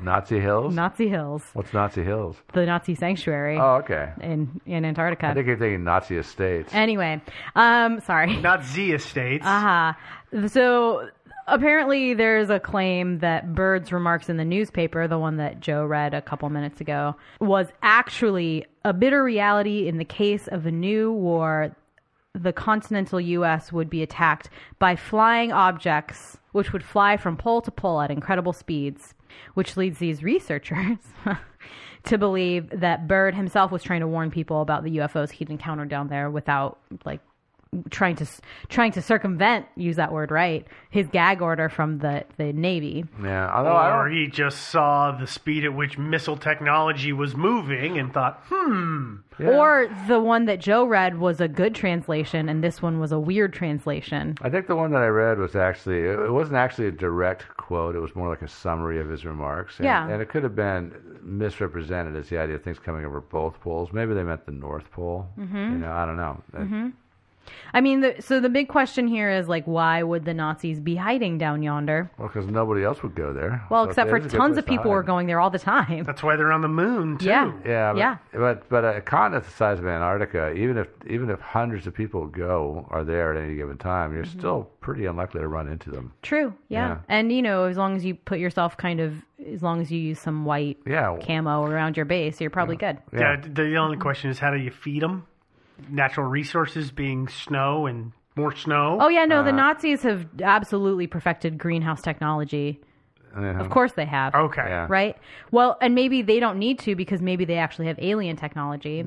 Speaker 1: Nazi Hills.
Speaker 2: Nazi Hills.
Speaker 1: What's Nazi Hills?
Speaker 2: The Nazi sanctuary
Speaker 1: Oh, okay.
Speaker 2: in in Antarctica.
Speaker 1: I think you're thinking Nazi estates.
Speaker 2: anyway, um, sorry.
Speaker 5: Not Z estates.
Speaker 2: Uh-huh. So apparently there's a claim that Bird's remarks in the newspaper, the one that Joe read a couple minutes ago, was actually a bitter reality in the case of a new war. The continental U.S. would be attacked by flying objects, which would fly from pole to pole at incredible speeds, which leads these researchers to believe that Bird himself was trying to warn people about the UFOs he'd encountered down there without, like, trying to trying to circumvent use that word right his gag order from the the navy
Speaker 1: Yeah, although I
Speaker 5: Or
Speaker 1: don't,
Speaker 5: he just saw the speed at which missile technology was moving and thought, hmm.
Speaker 2: or the one that joe read was a good translation and this one was a weird translation
Speaker 1: I think the one that I read was actually it it wasn't actually a direct quote. It was more like a summary of his remarks. And,
Speaker 2: Yeah.
Speaker 1: and it could have been misrepresented as the idea of things coming over both poles. Maybe they meant the North Pole.
Speaker 2: Mm-hmm.
Speaker 1: You know, I don't know. That-
Speaker 2: i mean the, so the big question here is like why would the nazis be hiding down yonder
Speaker 1: Well, because nobody else would go there.
Speaker 2: well
Speaker 1: So
Speaker 2: except
Speaker 1: it
Speaker 2: for
Speaker 1: is a good
Speaker 2: tons
Speaker 1: place
Speaker 2: of
Speaker 1: to
Speaker 2: people were
Speaker 1: hide.
Speaker 2: going there all the time
Speaker 5: That's why they're on the moon, too.
Speaker 2: yeah
Speaker 1: Yeah, but,
Speaker 2: yeah
Speaker 1: but but a continent the size of Antarctica, even if even if hundreds of people go are there at any given time,
Speaker 2: Mm-hmm.
Speaker 1: you're still pretty unlikely to run into them.
Speaker 2: true yeah.
Speaker 1: Yeah.
Speaker 2: and you know as long as you put yourself kind of as long as you use some white
Speaker 1: Yeah,
Speaker 2: camo around your base you're probably good
Speaker 5: Yeah, the only question is how do you feed them? Natural resources being snow and more snow.
Speaker 2: Oh yeah, no,
Speaker 1: Uh,
Speaker 2: the Nazis have absolutely perfected greenhouse technology. Of course they have.
Speaker 5: Okay.
Speaker 1: Yeah.
Speaker 2: Right? Well, and maybe they don't need to because maybe they actually have alien technology.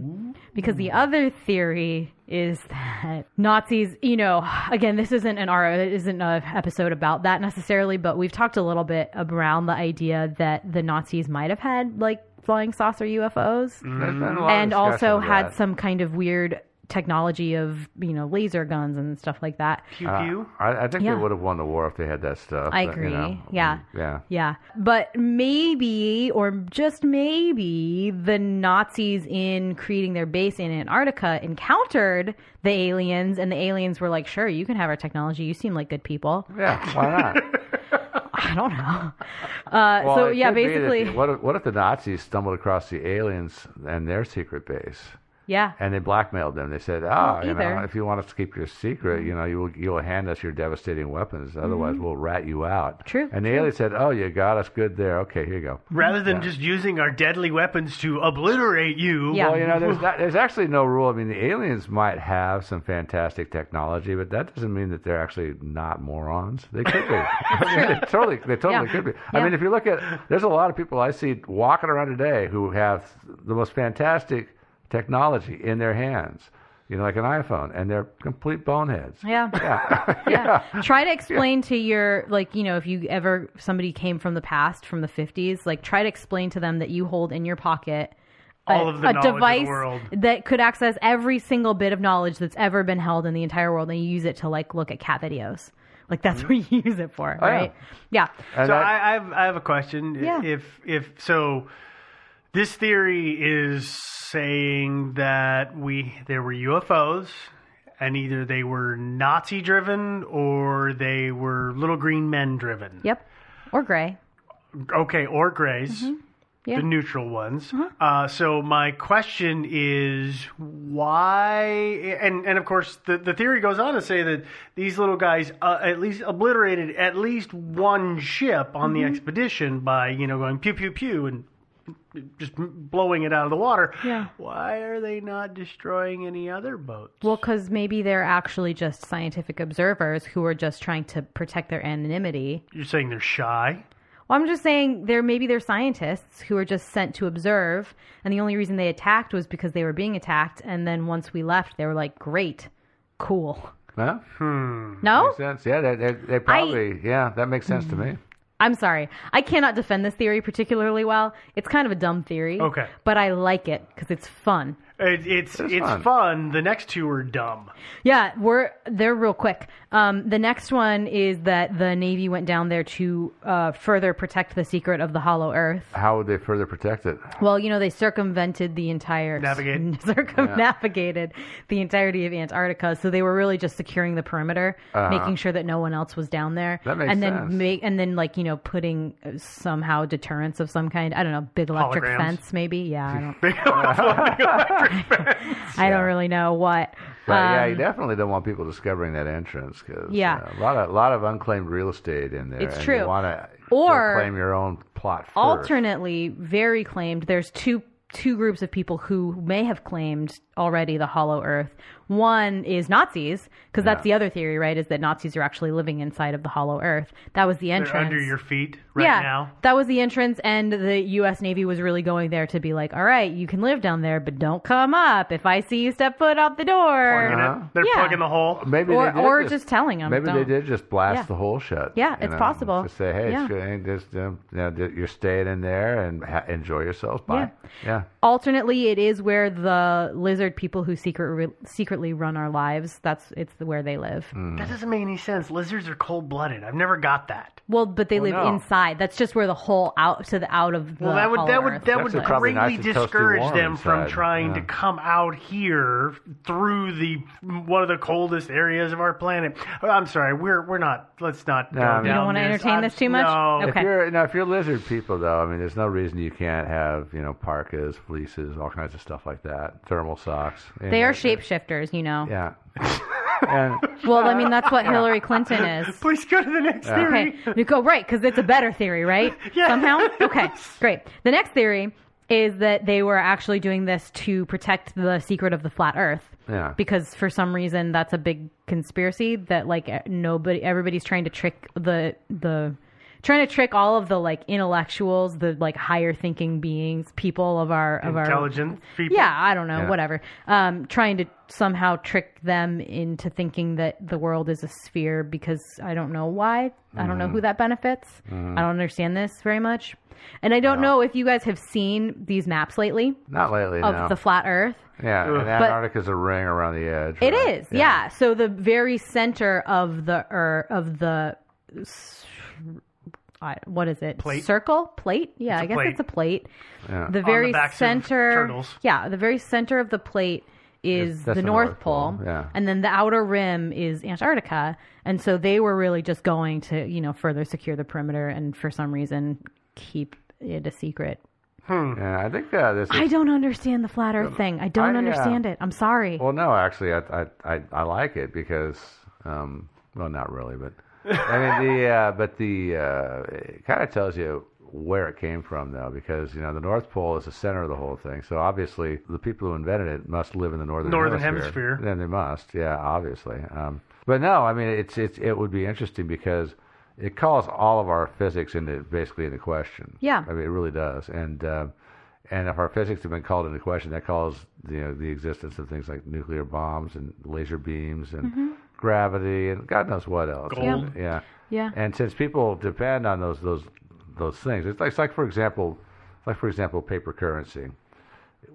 Speaker 2: Because the other theory is that Nazis, you know, again, this isn't an R, it isn't an episode about that necessarily, but we've talked a little bit around the idea that the Nazis might have had like flying saucer UFOs
Speaker 1: There's been Mm, a lot of
Speaker 2: Mm-hmm. and
Speaker 1: discussion
Speaker 2: also
Speaker 1: of
Speaker 2: had
Speaker 1: that.
Speaker 2: some kind of weird technology of, you know, laser guns and stuff like that.
Speaker 5: Pew pew.
Speaker 1: I, I think
Speaker 2: Yeah.
Speaker 1: they would have won the war if they had that stuff.
Speaker 2: I
Speaker 1: but, you know, mm,
Speaker 2: agree. Yeah.
Speaker 1: Yeah.
Speaker 2: Yeah. But maybe, or just maybe, the Nazis in creating their base in Antarctica encountered the aliens, and the aliens were like, sure, you can have our technology. You seem like good people.
Speaker 1: Yeah, why not?
Speaker 2: I don't know. Uh,
Speaker 1: Well,
Speaker 2: so,
Speaker 1: it
Speaker 2: yeah,
Speaker 1: could be that
Speaker 2: basically.
Speaker 1: the- what if, what if the Nazis stumbled across the aliens and their secret base,
Speaker 2: yeah.
Speaker 1: and they blackmailed them? They said, "Ah, you know,
Speaker 2: either. Mm-hmm.
Speaker 1: if you want us to keep your secret, you know, you will you will hand us your devastating weapons. Otherwise, we'll rat you out."
Speaker 2: True,
Speaker 1: And the aliens said, "Oh, you got us good there. Okay, here you go."
Speaker 5: Rather than just using our deadly weapons to obliterate you,
Speaker 2: Yeah.
Speaker 1: Well, you know, there's not, there's actually no rule. I mean, the aliens might have some fantastic technology, but that doesn't mean that they're actually not morons. They could be. I mean, they totally, they totally
Speaker 2: Yeah.
Speaker 1: could be.
Speaker 2: Yeah.
Speaker 1: I mean, if you look at, there's a lot of people I see walking around today who have the most fantastic technology in their hands. You know, like an iPhone, and they're complete boneheads.
Speaker 2: Yeah. Yeah. Try to explain to your like, you know, if you ever somebody came from the past from the 50s, like try to explain to them that you hold in your pocket a,
Speaker 5: All of the
Speaker 2: a
Speaker 5: knowledge of the
Speaker 2: device
Speaker 5: world.
Speaker 2: that could access every single bit of knowledge that's ever been held in the entire world and you use it to like look at cat videos. Like that's what you use it for,
Speaker 1: yeah.
Speaker 2: right? Yeah.
Speaker 1: And
Speaker 5: So
Speaker 1: that-
Speaker 5: I, I, have, I have a question.
Speaker 2: Yeah.
Speaker 5: If if so, this theory is saying that we there were UFOs, and either they were Nazi driven or they were little green men driven.
Speaker 2: Yep. Or gray.
Speaker 5: Okay, or grays.
Speaker 2: Mm-hmm. Yeah. Uh-huh.
Speaker 5: The neutral ones. Uh, so my question is why? And and of course the, the theory goes on to say that these little guys uh, at least obliterated at least one ship on
Speaker 2: Mm-hmm.
Speaker 5: the expedition by you know going pew pew pew and just m- blowing it out of the water.
Speaker 2: Yeah.
Speaker 5: Why are they not destroying any other boats?
Speaker 2: Well, cuz maybe they're actually just scientific observers who are just trying to protect their anonymity.
Speaker 5: You're saying they're shy.
Speaker 2: Well, I'm just saying there maybe they're scientists who are just sent to observe, and the only reason they attacked was because they were being attacked. And then once we left, they were like, "Great, cool."
Speaker 1: Huh?
Speaker 2: No,
Speaker 1: Makes sense. Yeah, they, they, they probably. yeah, that makes sense to me.
Speaker 2: I'm sorry. I cannot defend this theory particularly well. It's kind of a dumb theory.
Speaker 5: Okay.
Speaker 2: But I like it because it's fun.
Speaker 5: It, it's it's,
Speaker 1: fun.
Speaker 5: fun. The next two are dumb.
Speaker 2: Yeah, we're they're real quick. Um, the next one is that the Navy went down there to uh, further protect the secret of the Hollow Earth.
Speaker 1: How would they further protect it?
Speaker 2: Well, you know, they circumvented the entire
Speaker 5: Navigate.
Speaker 2: circumnavigated the entirety of Antarctica. So they were really just securing the perimeter, making sure that no one else was down there.
Speaker 1: Uh-huh. That makes
Speaker 2: and then
Speaker 1: sense.
Speaker 2: make and then like, you know, putting uh, somehow deterrence of some kind. I don't know, big electric
Speaker 5: Holograms.
Speaker 2: fence maybe. Yeah, I don't
Speaker 5: Electric
Speaker 2: I don't really know what.
Speaker 1: But yeah,
Speaker 2: Um,
Speaker 1: you definitely don't want people discovering that entrance because
Speaker 2: Yeah.
Speaker 1: a lot of lot of unclaimed real estate in there.
Speaker 2: It's
Speaker 1: and You
Speaker 2: true.
Speaker 1: want to
Speaker 2: Or-
Speaker 1: claim your own plot. First.
Speaker 2: alternately very claimed there's two two groups of people who may have claimed already the hollow earth one is nazis because that's the other theory right is that nazis are actually living inside of the hollow earth that was the entrance
Speaker 5: They're under your feet right
Speaker 2: yeah,
Speaker 5: now.
Speaker 2: that was the entrance, and the U.S. Navy was really going there to be like, "All right, you can live down there, but don't come up. If I see you step foot out the door,
Speaker 5: Plugging
Speaker 1: Uh-huh.
Speaker 5: it. They're
Speaker 2: Yeah.
Speaker 5: plugging the hole.
Speaker 1: Maybe
Speaker 2: or-
Speaker 1: they did
Speaker 2: or just telling 'em,
Speaker 1: Maybe they
Speaker 2: don't.
Speaker 1: did just blast
Speaker 2: Yeah.
Speaker 1: the hole shut.
Speaker 2: Yeah,
Speaker 1: you
Speaker 2: it's possible.
Speaker 1: Just say, hey,
Speaker 2: Yeah.
Speaker 1: it's good. ain't Just um, you know, that you're staying in there and ha- enjoy yourselves. Bye. Yeah.
Speaker 2: Alternately, it is where the lizard people who secret, secretly run our lives. That's it's where they live.
Speaker 1: Mm.
Speaker 5: That doesn't make any sense. Lizards are cold blooded. I've never got that.
Speaker 2: Well, but they
Speaker 1: Well,
Speaker 2: live
Speaker 1: no.
Speaker 2: inside. That's just where the whole out to the out of the
Speaker 5: Oh, Well, that would
Speaker 2: hollow
Speaker 5: that would
Speaker 2: earth
Speaker 5: that
Speaker 1: That's
Speaker 5: would
Speaker 1: a probably
Speaker 5: greatly
Speaker 1: nice and toasty
Speaker 5: discourage
Speaker 1: warm
Speaker 5: them from
Speaker 1: inside.
Speaker 5: trying to
Speaker 1: Yeah.
Speaker 5: come out here through the one of the coldest areas of our planet. Oh, I'm sorry, we're we're not. Let's not.
Speaker 1: No,
Speaker 5: go
Speaker 1: I mean- You
Speaker 2: don't
Speaker 5: down
Speaker 2: wanna entertain
Speaker 5: I'm-
Speaker 2: this too much?
Speaker 5: No.
Speaker 2: Okay.
Speaker 1: If you're now, if you're lizard people though, I mean, there's no reason you can't have you know parkas, fleeces, all kinds of stuff like that, thermal socks. you
Speaker 2: They
Speaker 1: know,
Speaker 2: are shapeshifters, you know.
Speaker 1: Yeah. and
Speaker 2: Well, I mean that's what Hillary Clinton is.
Speaker 5: Please go to the next theory.
Speaker 2: Okay, Nico, right? Because it's a better theory, right?
Speaker 5: Yes.
Speaker 2: Somehow. Okay, great. The next theory is that they were actually doing this to protect the secret of the flat Earth.
Speaker 1: Yeah.
Speaker 2: Because for some reason that's a big conspiracy that like e- nobody, everybody's trying to trick the the. Trying to trick all of the like intellectuals, the like higher thinking beings, people of our of our
Speaker 5: Intelligent people.
Speaker 2: yeah, I don't know,
Speaker 1: Yeah.
Speaker 2: whatever. Um, trying to somehow trick them into thinking that the world is a sphere because I don't know why. I don't know
Speaker 1: Mm.
Speaker 2: who that benefits.
Speaker 1: Mm-hmm.
Speaker 2: I don't understand this very much. And I don't know if you guys have seen these maps lately
Speaker 1: not lately.
Speaker 2: of
Speaker 1: no.
Speaker 2: the flat earth.
Speaker 1: yeah, and Antarctica's a ring around the edge.
Speaker 2: It
Speaker 1: right?
Speaker 2: is, yeah. So the very center of the er, of the s- I- what is it?
Speaker 5: Plate?
Speaker 2: Circle plate? Yeah,
Speaker 5: It's a
Speaker 2: I guess
Speaker 5: plate.
Speaker 2: it's a plate.
Speaker 1: Yeah.
Speaker 2: The very
Speaker 5: backs of
Speaker 2: center.
Speaker 5: turtles.
Speaker 2: Yeah, the very center of the plate is
Speaker 1: that's
Speaker 2: the North, Pole,
Speaker 1: yeah.
Speaker 2: and then the outer rim is Antarctica. And so they were really just going to you know further secure the perimeter and for some reason keep it a secret.
Speaker 1: Yeah, I think uh, this. Is,
Speaker 2: I don't understand the flat Earth thing. I don't
Speaker 1: I, uh,
Speaker 2: understand it. I'm sorry.
Speaker 1: Well, no, actually, I I I, I like it because, um, well, not really, but I mean the uh, but the uh, it kind of tells you where it came from though, because you know the North Pole is the center of the whole thing. So obviously, the people who invented it must live in the northern
Speaker 5: Northern hemisphere.
Speaker 1: Then they must, yeah, obviously. Um, but no, I mean it's it's it would be interesting because. It calls all of our physics into basically into question.
Speaker 2: Yeah.
Speaker 1: I mean, it really does. And uh, and if our physics have been called into question, that calls you know, the existence of things like nuclear bombs and laser beams and gravity and God knows what else.
Speaker 5: Gold.
Speaker 1: And, yeah.
Speaker 2: Yeah.
Speaker 1: And since people depend on those those those things, it's like, it's like for example, like for example, paper currency.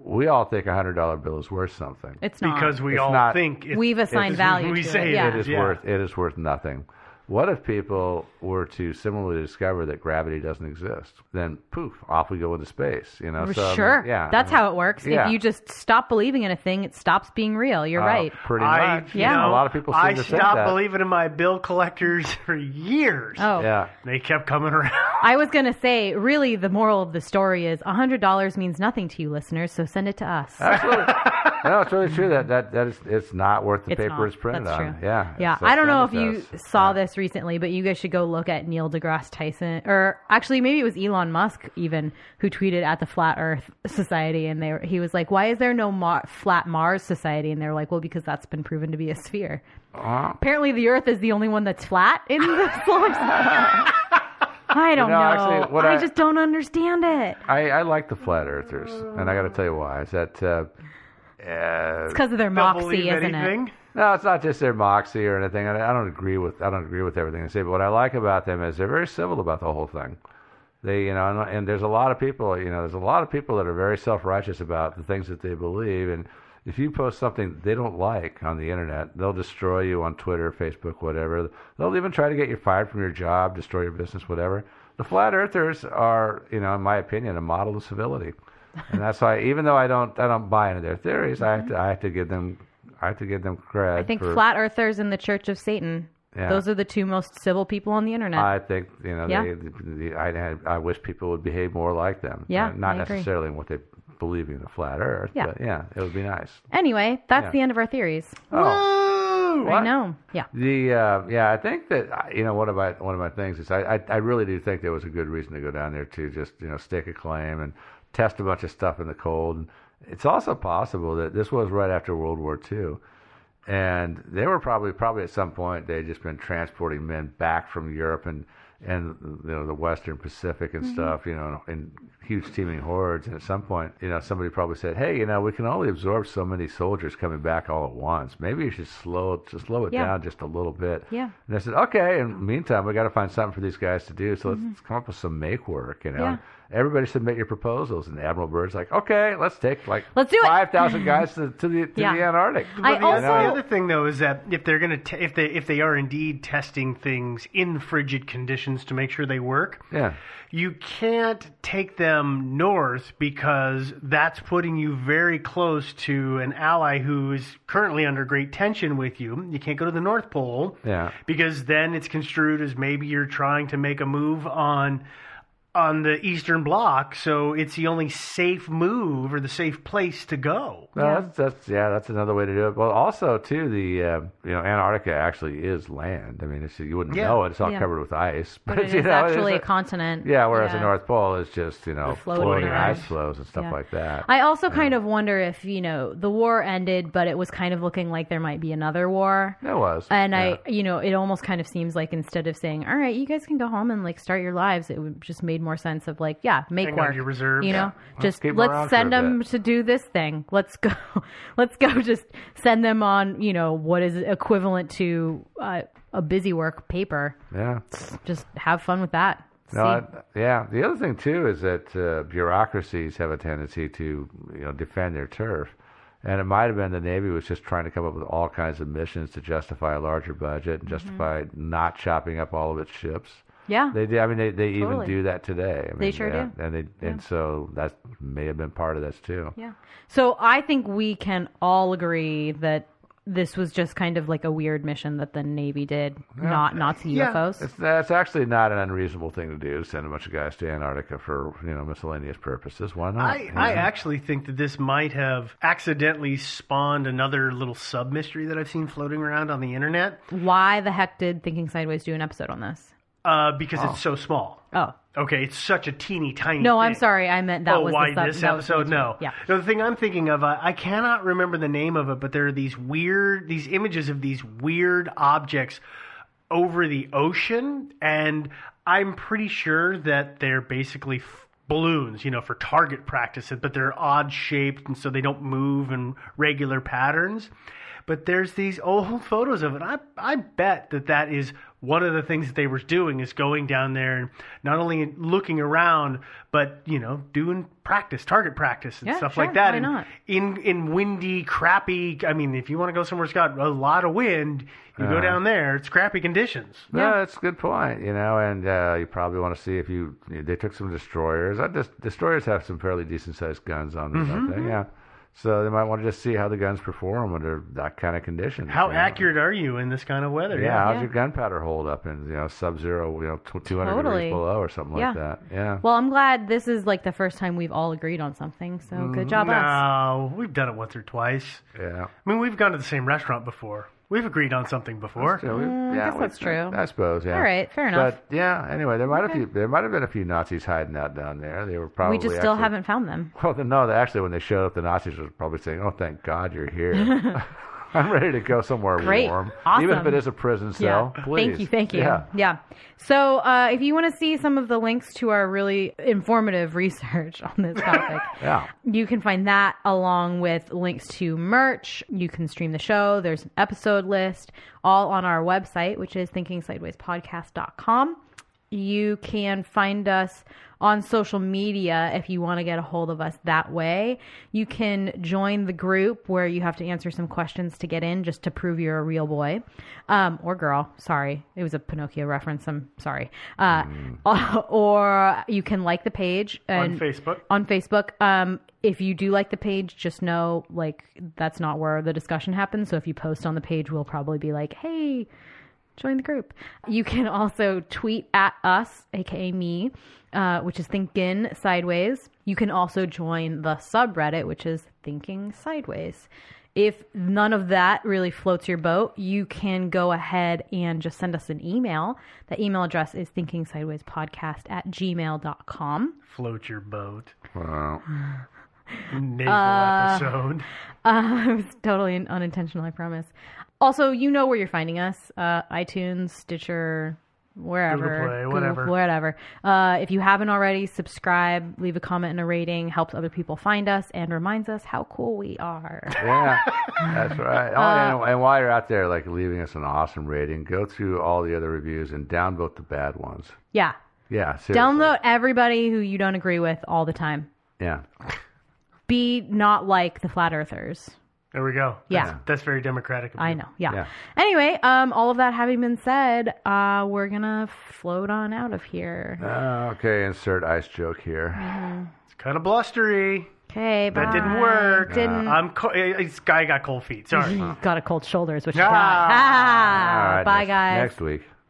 Speaker 1: We all think a hundred dollar bill is worth something.
Speaker 2: it's not
Speaker 5: Because we
Speaker 1: It's
Speaker 5: all
Speaker 1: not-
Speaker 5: think it,
Speaker 2: We've assigned
Speaker 5: it's-
Speaker 2: value
Speaker 5: We
Speaker 2: to
Speaker 5: say
Speaker 2: it, yeah.
Speaker 1: it is
Speaker 5: yeah.
Speaker 1: worth it is worth nothing. What if people were to similarly discover that gravity doesn't exist? Then poof, off we go into space. You know,
Speaker 2: For
Speaker 1: So, I mean,
Speaker 2: sure.
Speaker 1: yeah,
Speaker 2: That's
Speaker 1: I mean,
Speaker 2: how it works.
Speaker 1: yeah.
Speaker 2: If you just stop believing in a thing, it stops being real. You're
Speaker 1: Uh,
Speaker 2: right.
Speaker 1: Pretty
Speaker 5: I,
Speaker 1: much. a
Speaker 2: Yeah.
Speaker 1: lot of people seem
Speaker 5: I
Speaker 1: to think
Speaker 5: stopped
Speaker 1: that.
Speaker 5: believing in my bill collectors for years.
Speaker 2: Oh.
Speaker 1: Yeah.
Speaker 5: They kept coming around.
Speaker 2: I was going to say, really, the moral of the story is $100 means nothing to you, listeners, so send it to us.
Speaker 1: No, it's really true that that that is it's not worth the
Speaker 2: It's
Speaker 1: paper
Speaker 2: not.
Speaker 1: it's printed
Speaker 2: That's
Speaker 1: on.
Speaker 2: true.
Speaker 1: Yeah.
Speaker 2: Yeah.
Speaker 1: it's-
Speaker 2: I don't know if
Speaker 1: that's
Speaker 2: you
Speaker 1: us.
Speaker 2: saw this recently, but you guys should go look at Neil deGrasse Tyson, or actually, maybe it was Elon Musk even who tweeted at the Flat Earth Society, and they were, he was like, "Why is there no Mar- Flat Mars Society?" And they're like, "Well, because that's been proven to be a sphere."
Speaker 1: Uh-huh.
Speaker 2: Apparently, the Earth is the only one that's flat in the solar system. I
Speaker 1: know,
Speaker 2: don't know.
Speaker 1: actually, what
Speaker 2: I,
Speaker 1: I-
Speaker 2: just don't understand it.
Speaker 1: I, I like the flat earthers, and I got to tell you why. Is that uh,
Speaker 2: It's because of their
Speaker 5: Don't
Speaker 2: moxie,
Speaker 5: believe
Speaker 2: isn't
Speaker 5: anything.
Speaker 2: it?
Speaker 1: No, it's not just their moxie or anything. I, I don't agree with I don't agree with everything they say. But what I like about them is they're very civil about the whole thing. They, you know, and, and there's a lot of people, you know, there's a lot of people that are very self righteous about the things that they believe. And if you post something they don't like on the internet, they'll destroy you on Twitter, Facebook, whatever. They'll even try to get you fired from your job, destroy your business, whatever. The flat earthers are, you know, in my opinion, a model of civility. And that's why, even though I don't, I don't buy into their theories, I have to, I have to give them, I have to give them credit.
Speaker 2: I think
Speaker 1: for,
Speaker 2: flat earthers and the Church of Satan.
Speaker 1: Yeah.
Speaker 2: Those are the two most civil people on the internet.
Speaker 1: I think you know.
Speaker 2: Yeah.
Speaker 1: They, the, I had- I wish people would behave more like them.
Speaker 2: Yeah,
Speaker 1: Uh, not
Speaker 2: I agree.
Speaker 1: necessarily in what they believe in the flat Earth.
Speaker 2: Yeah.
Speaker 1: but yeah, it would be nice.
Speaker 2: anyway, that's
Speaker 1: Yeah.
Speaker 2: the end of our theories.
Speaker 1: Oh,
Speaker 2: I know. Yeah.
Speaker 1: The uh, yeah, I think that uh, you know one of my one of my things is I, I I really do think there was a good reason to go down there to just you know stake a claim and test a bunch of stuff in the cold. And it's also possible that this was right after World War II, and they were probably probably at some point they would just been transporting men back from Europe and and you know the Western Pacific
Speaker 2: Mm-hmm.
Speaker 1: and stuff you know in huge teeming hordes. And at some point you know somebody probably said, hey, you know we can only absorb so many soldiers coming back all at once. Maybe you should slow just slow it
Speaker 2: Yeah.
Speaker 1: down just a little bit.
Speaker 2: Yeah.
Speaker 1: And I said, okay. And meantime, we got to find something for these guys to do. So let's come up with some make work. You know,
Speaker 2: Mm-hmm. Yeah.
Speaker 1: everybody submit your proposals. And Admiral Byrd's like, okay, let's take like
Speaker 2: Let's do it.
Speaker 1: five thousand guys to, to the to
Speaker 2: Yeah.
Speaker 1: the Antarctic.
Speaker 2: I
Speaker 1: You
Speaker 5: The
Speaker 1: know,
Speaker 5: other- the
Speaker 2: also-
Speaker 5: other thing though is that if they're going to if they if they are indeed testing things in frigid conditions to make sure they work,
Speaker 1: yeah.
Speaker 5: you can't take them north because that's putting you very close to an ally who is currently under great tension with you. You can't go to the North Pole
Speaker 1: Yeah.
Speaker 5: because then it's construed as maybe you're trying to make a move on on the Eastern Bloc. So it's the only safe move or the safe place to go.
Speaker 1: No, that's that's yeah, that's another way to do it. Well, also too, the uh, you know Antarctica actually is land. I mean, it's, you wouldn't
Speaker 5: Yeah.
Speaker 1: know it; it's all
Speaker 2: Yeah.
Speaker 1: covered with ice.
Speaker 2: But it
Speaker 1: you
Speaker 2: is
Speaker 1: know, it is
Speaker 2: actually
Speaker 1: a-
Speaker 2: a continent.
Speaker 1: yeah. Whereas
Speaker 2: Yeah.
Speaker 1: the North Pole is just you know
Speaker 2: floating
Speaker 1: floating,
Speaker 2: around.
Speaker 1: ice flows and stuff
Speaker 2: Yeah.
Speaker 1: like that.
Speaker 2: I also kind of wonder if, you know, the war ended, but it was kind of looking like there might be another war.
Speaker 1: it was,
Speaker 2: And
Speaker 1: yeah.
Speaker 2: I, you know, it almost kind of seems like instead of saying, "All right, you guys can go home and like start your lives," it would just made more sense of like, "Yeah, make
Speaker 5: Hang on
Speaker 2: work."
Speaker 5: to your reserves.
Speaker 2: You
Speaker 5: Yeah.
Speaker 2: know, just
Speaker 1: keep 'em
Speaker 2: let's,
Speaker 1: around for a
Speaker 2: send them
Speaker 1: bit.
Speaker 2: to do this thing. Let's go, let's go. Just send them on, you know, what is equivalent to uh, a busy work paper.
Speaker 1: yeah.
Speaker 2: Just have fun with that.
Speaker 1: No,
Speaker 2: See?
Speaker 1: I- yeah. The other thing too is that uh, bureaucracies have a tendency to you know defend their turf, and it might have been the Navy was just trying to come up with all kinds of missions to justify a larger budget
Speaker 2: Mm-hmm.
Speaker 1: and justify not chopping up all of its ships.
Speaker 2: yeah,
Speaker 1: They do. I mean, they, they even
Speaker 2: Totally.
Speaker 1: do that today. I mean,
Speaker 2: They sure
Speaker 1: yeah,
Speaker 2: do.
Speaker 1: And they and so that may have been part of this too.
Speaker 2: yeah. So I think we can all agree that. This was just kind of like a weird mission that the Navy did, not Nazi UFOs.
Speaker 1: It's, that's actually not an unreasonable thing to do. Send a bunch of guys to Antarctica for you know miscellaneous purposes. Why not?
Speaker 5: I,
Speaker 1: you
Speaker 5: I
Speaker 1: know?
Speaker 5: actually think that this might have accidentally spawned another little sub mystery that I've seen floating around on the internet
Speaker 2: Why the heck did Thinking Sideways do an episode on this?
Speaker 5: uh, because it's so small.
Speaker 2: Oh.
Speaker 5: Okay, it's such a teeny tiny.
Speaker 2: No, I'm
Speaker 5: thing.
Speaker 2: sorry. I meant that
Speaker 5: oh,
Speaker 2: was
Speaker 5: why
Speaker 2: the sub-
Speaker 5: this
Speaker 2: that was the
Speaker 5: episode? No.
Speaker 2: Yeah.
Speaker 5: No, the thing I'm thinking of, uh, I cannot remember the name of it, but there are these weird, these images of these weird objects over the ocean, and I'm pretty sure that they're basically f- balloons, you know, for target practice, but they're odd shaped, and so they don't move in regular patterns. But there's these old photos of it. I I bet that that is one of the things that they were doing is going down there and not only looking around, but you know, doing practice, target practice, and
Speaker 2: Yeah,
Speaker 5: stuff
Speaker 2: sure,
Speaker 5: like that.
Speaker 2: why
Speaker 5: And
Speaker 2: not?
Speaker 5: In in windy, crappy. I mean, if you want to go somewhere that's got a lot of wind, you go down there. It's crappy conditions.
Speaker 1: No, that's a good point. You know, and uh, you probably want to see if you they took some destroyers. I just destroyers have some fairly decent sized guns on them,
Speaker 2: Mm-hmm.
Speaker 1: don't they? Yeah. So they might want to just see how the guns perform under that kind of condition.
Speaker 5: How accurate are you in this kind of weather?
Speaker 1: Yeah, how's
Speaker 2: Yeah.
Speaker 1: your gunpowder hold up in you know sub zero, you know tw- two hundred
Speaker 2: Totally.
Speaker 1: degrees below or something
Speaker 2: Yeah.
Speaker 1: like that? Yeah.
Speaker 2: Well, I'm glad this is like the first time we've all agreed on something. So
Speaker 1: Mm-hmm.
Speaker 2: good job, us.
Speaker 5: No, we've done it once or twice.
Speaker 2: uh,
Speaker 1: yeah.
Speaker 5: I mean, we've gone to the same restaurant before. We've agreed on something before.
Speaker 1: So we- yeah,
Speaker 2: guess
Speaker 1: we-
Speaker 2: that's true.
Speaker 1: I suppose. Yeah.
Speaker 2: All right, fair enough.
Speaker 1: But yeah, anyway, there might have few, there might have been a few Nazis hiding out down there. They were probably
Speaker 2: We just still
Speaker 1: actually-
Speaker 2: haven't found them.
Speaker 1: Well, no, they- actually, when they showed up, the Nazis were probably saying, "Oh, thank God you're here." I'm ready to go somewhere
Speaker 2: Great.
Speaker 1: warm, even if
Speaker 2: Awesome.
Speaker 1: it is a prison cell.
Speaker 2: Yeah.
Speaker 1: Please.
Speaker 2: Thank you. Thank you.
Speaker 1: Yeah.
Speaker 2: Yeah. So uh, if you want to see some of the links to our really informative research on this topic,
Speaker 1: Yeah.
Speaker 2: you can find that along with links to merch. You can stream the show. There's an episode list all on our website, which is thinkingsidewayspodcast.com. You can find us on social media if you want to get a hold of us that way. You can join the group where you have to answer some questions to get in just to prove you're a real boy um, or girl. Sorry, it was a Pinocchio reference. I'm sorry. Uh, Or you can like the page and
Speaker 5: Mm. on Facebook.
Speaker 2: on Facebook. Um, if you do like the page, just know like that's not where the discussion happens. So if you post on the page, we'll probably be like, "Hey, join the group." You can also tweet at us, aka me, uh, which is Thinking Sideways. You can also join the subreddit, which is Thinking Sideways. If none of that really floats your boat, you can go ahead and just send us an email. The email address is thinkingsidewayspodcast at gmail.com.
Speaker 5: Float your boat.
Speaker 1: Wow.
Speaker 5: Naval episode.
Speaker 2: Uh, it was totally un- unintentional, I promise. Also, you know where you're finding us uh, iTunes, Stitcher, wherever.
Speaker 5: Google Play, whatever.
Speaker 2: Play, whatever. Uh, if you haven't already, subscribe, leave a comment and a rating, helps other people find us, and reminds us how cool we are.
Speaker 1: Yeah, that's right. Oh,
Speaker 2: Uh,
Speaker 1: and, and while you're out there, like leaving us an awesome rating, go through all the other reviews and downvote the bad ones.
Speaker 2: yeah.
Speaker 1: Yeah, seriously.
Speaker 2: Download everybody who you don't agree with all the time.
Speaker 1: Yeah,
Speaker 2: Be not like the flat earthers.
Speaker 5: There we go.
Speaker 2: Yeah.
Speaker 5: That's, that's very democratic. Of
Speaker 2: I
Speaker 5: you.
Speaker 2: know. Yeah.
Speaker 1: Yeah.
Speaker 2: Anyway, um, all of that having been said, uh, we're gonna float on out of here.
Speaker 1: Uh, okay, insert ice joke here.
Speaker 5: It's kind of blustery.
Speaker 2: Okay, bye.
Speaker 5: That didn't work.
Speaker 2: Uh, Didn't. Uh-huh.
Speaker 5: I'm co- eh, eh, this guy got cold feet. Sorry.
Speaker 2: He's got a cold shoulders, which is
Speaker 5: Ah.
Speaker 2: not. Ah,
Speaker 1: All right,
Speaker 2: bye,
Speaker 1: next-
Speaker 2: guys.
Speaker 1: Next week.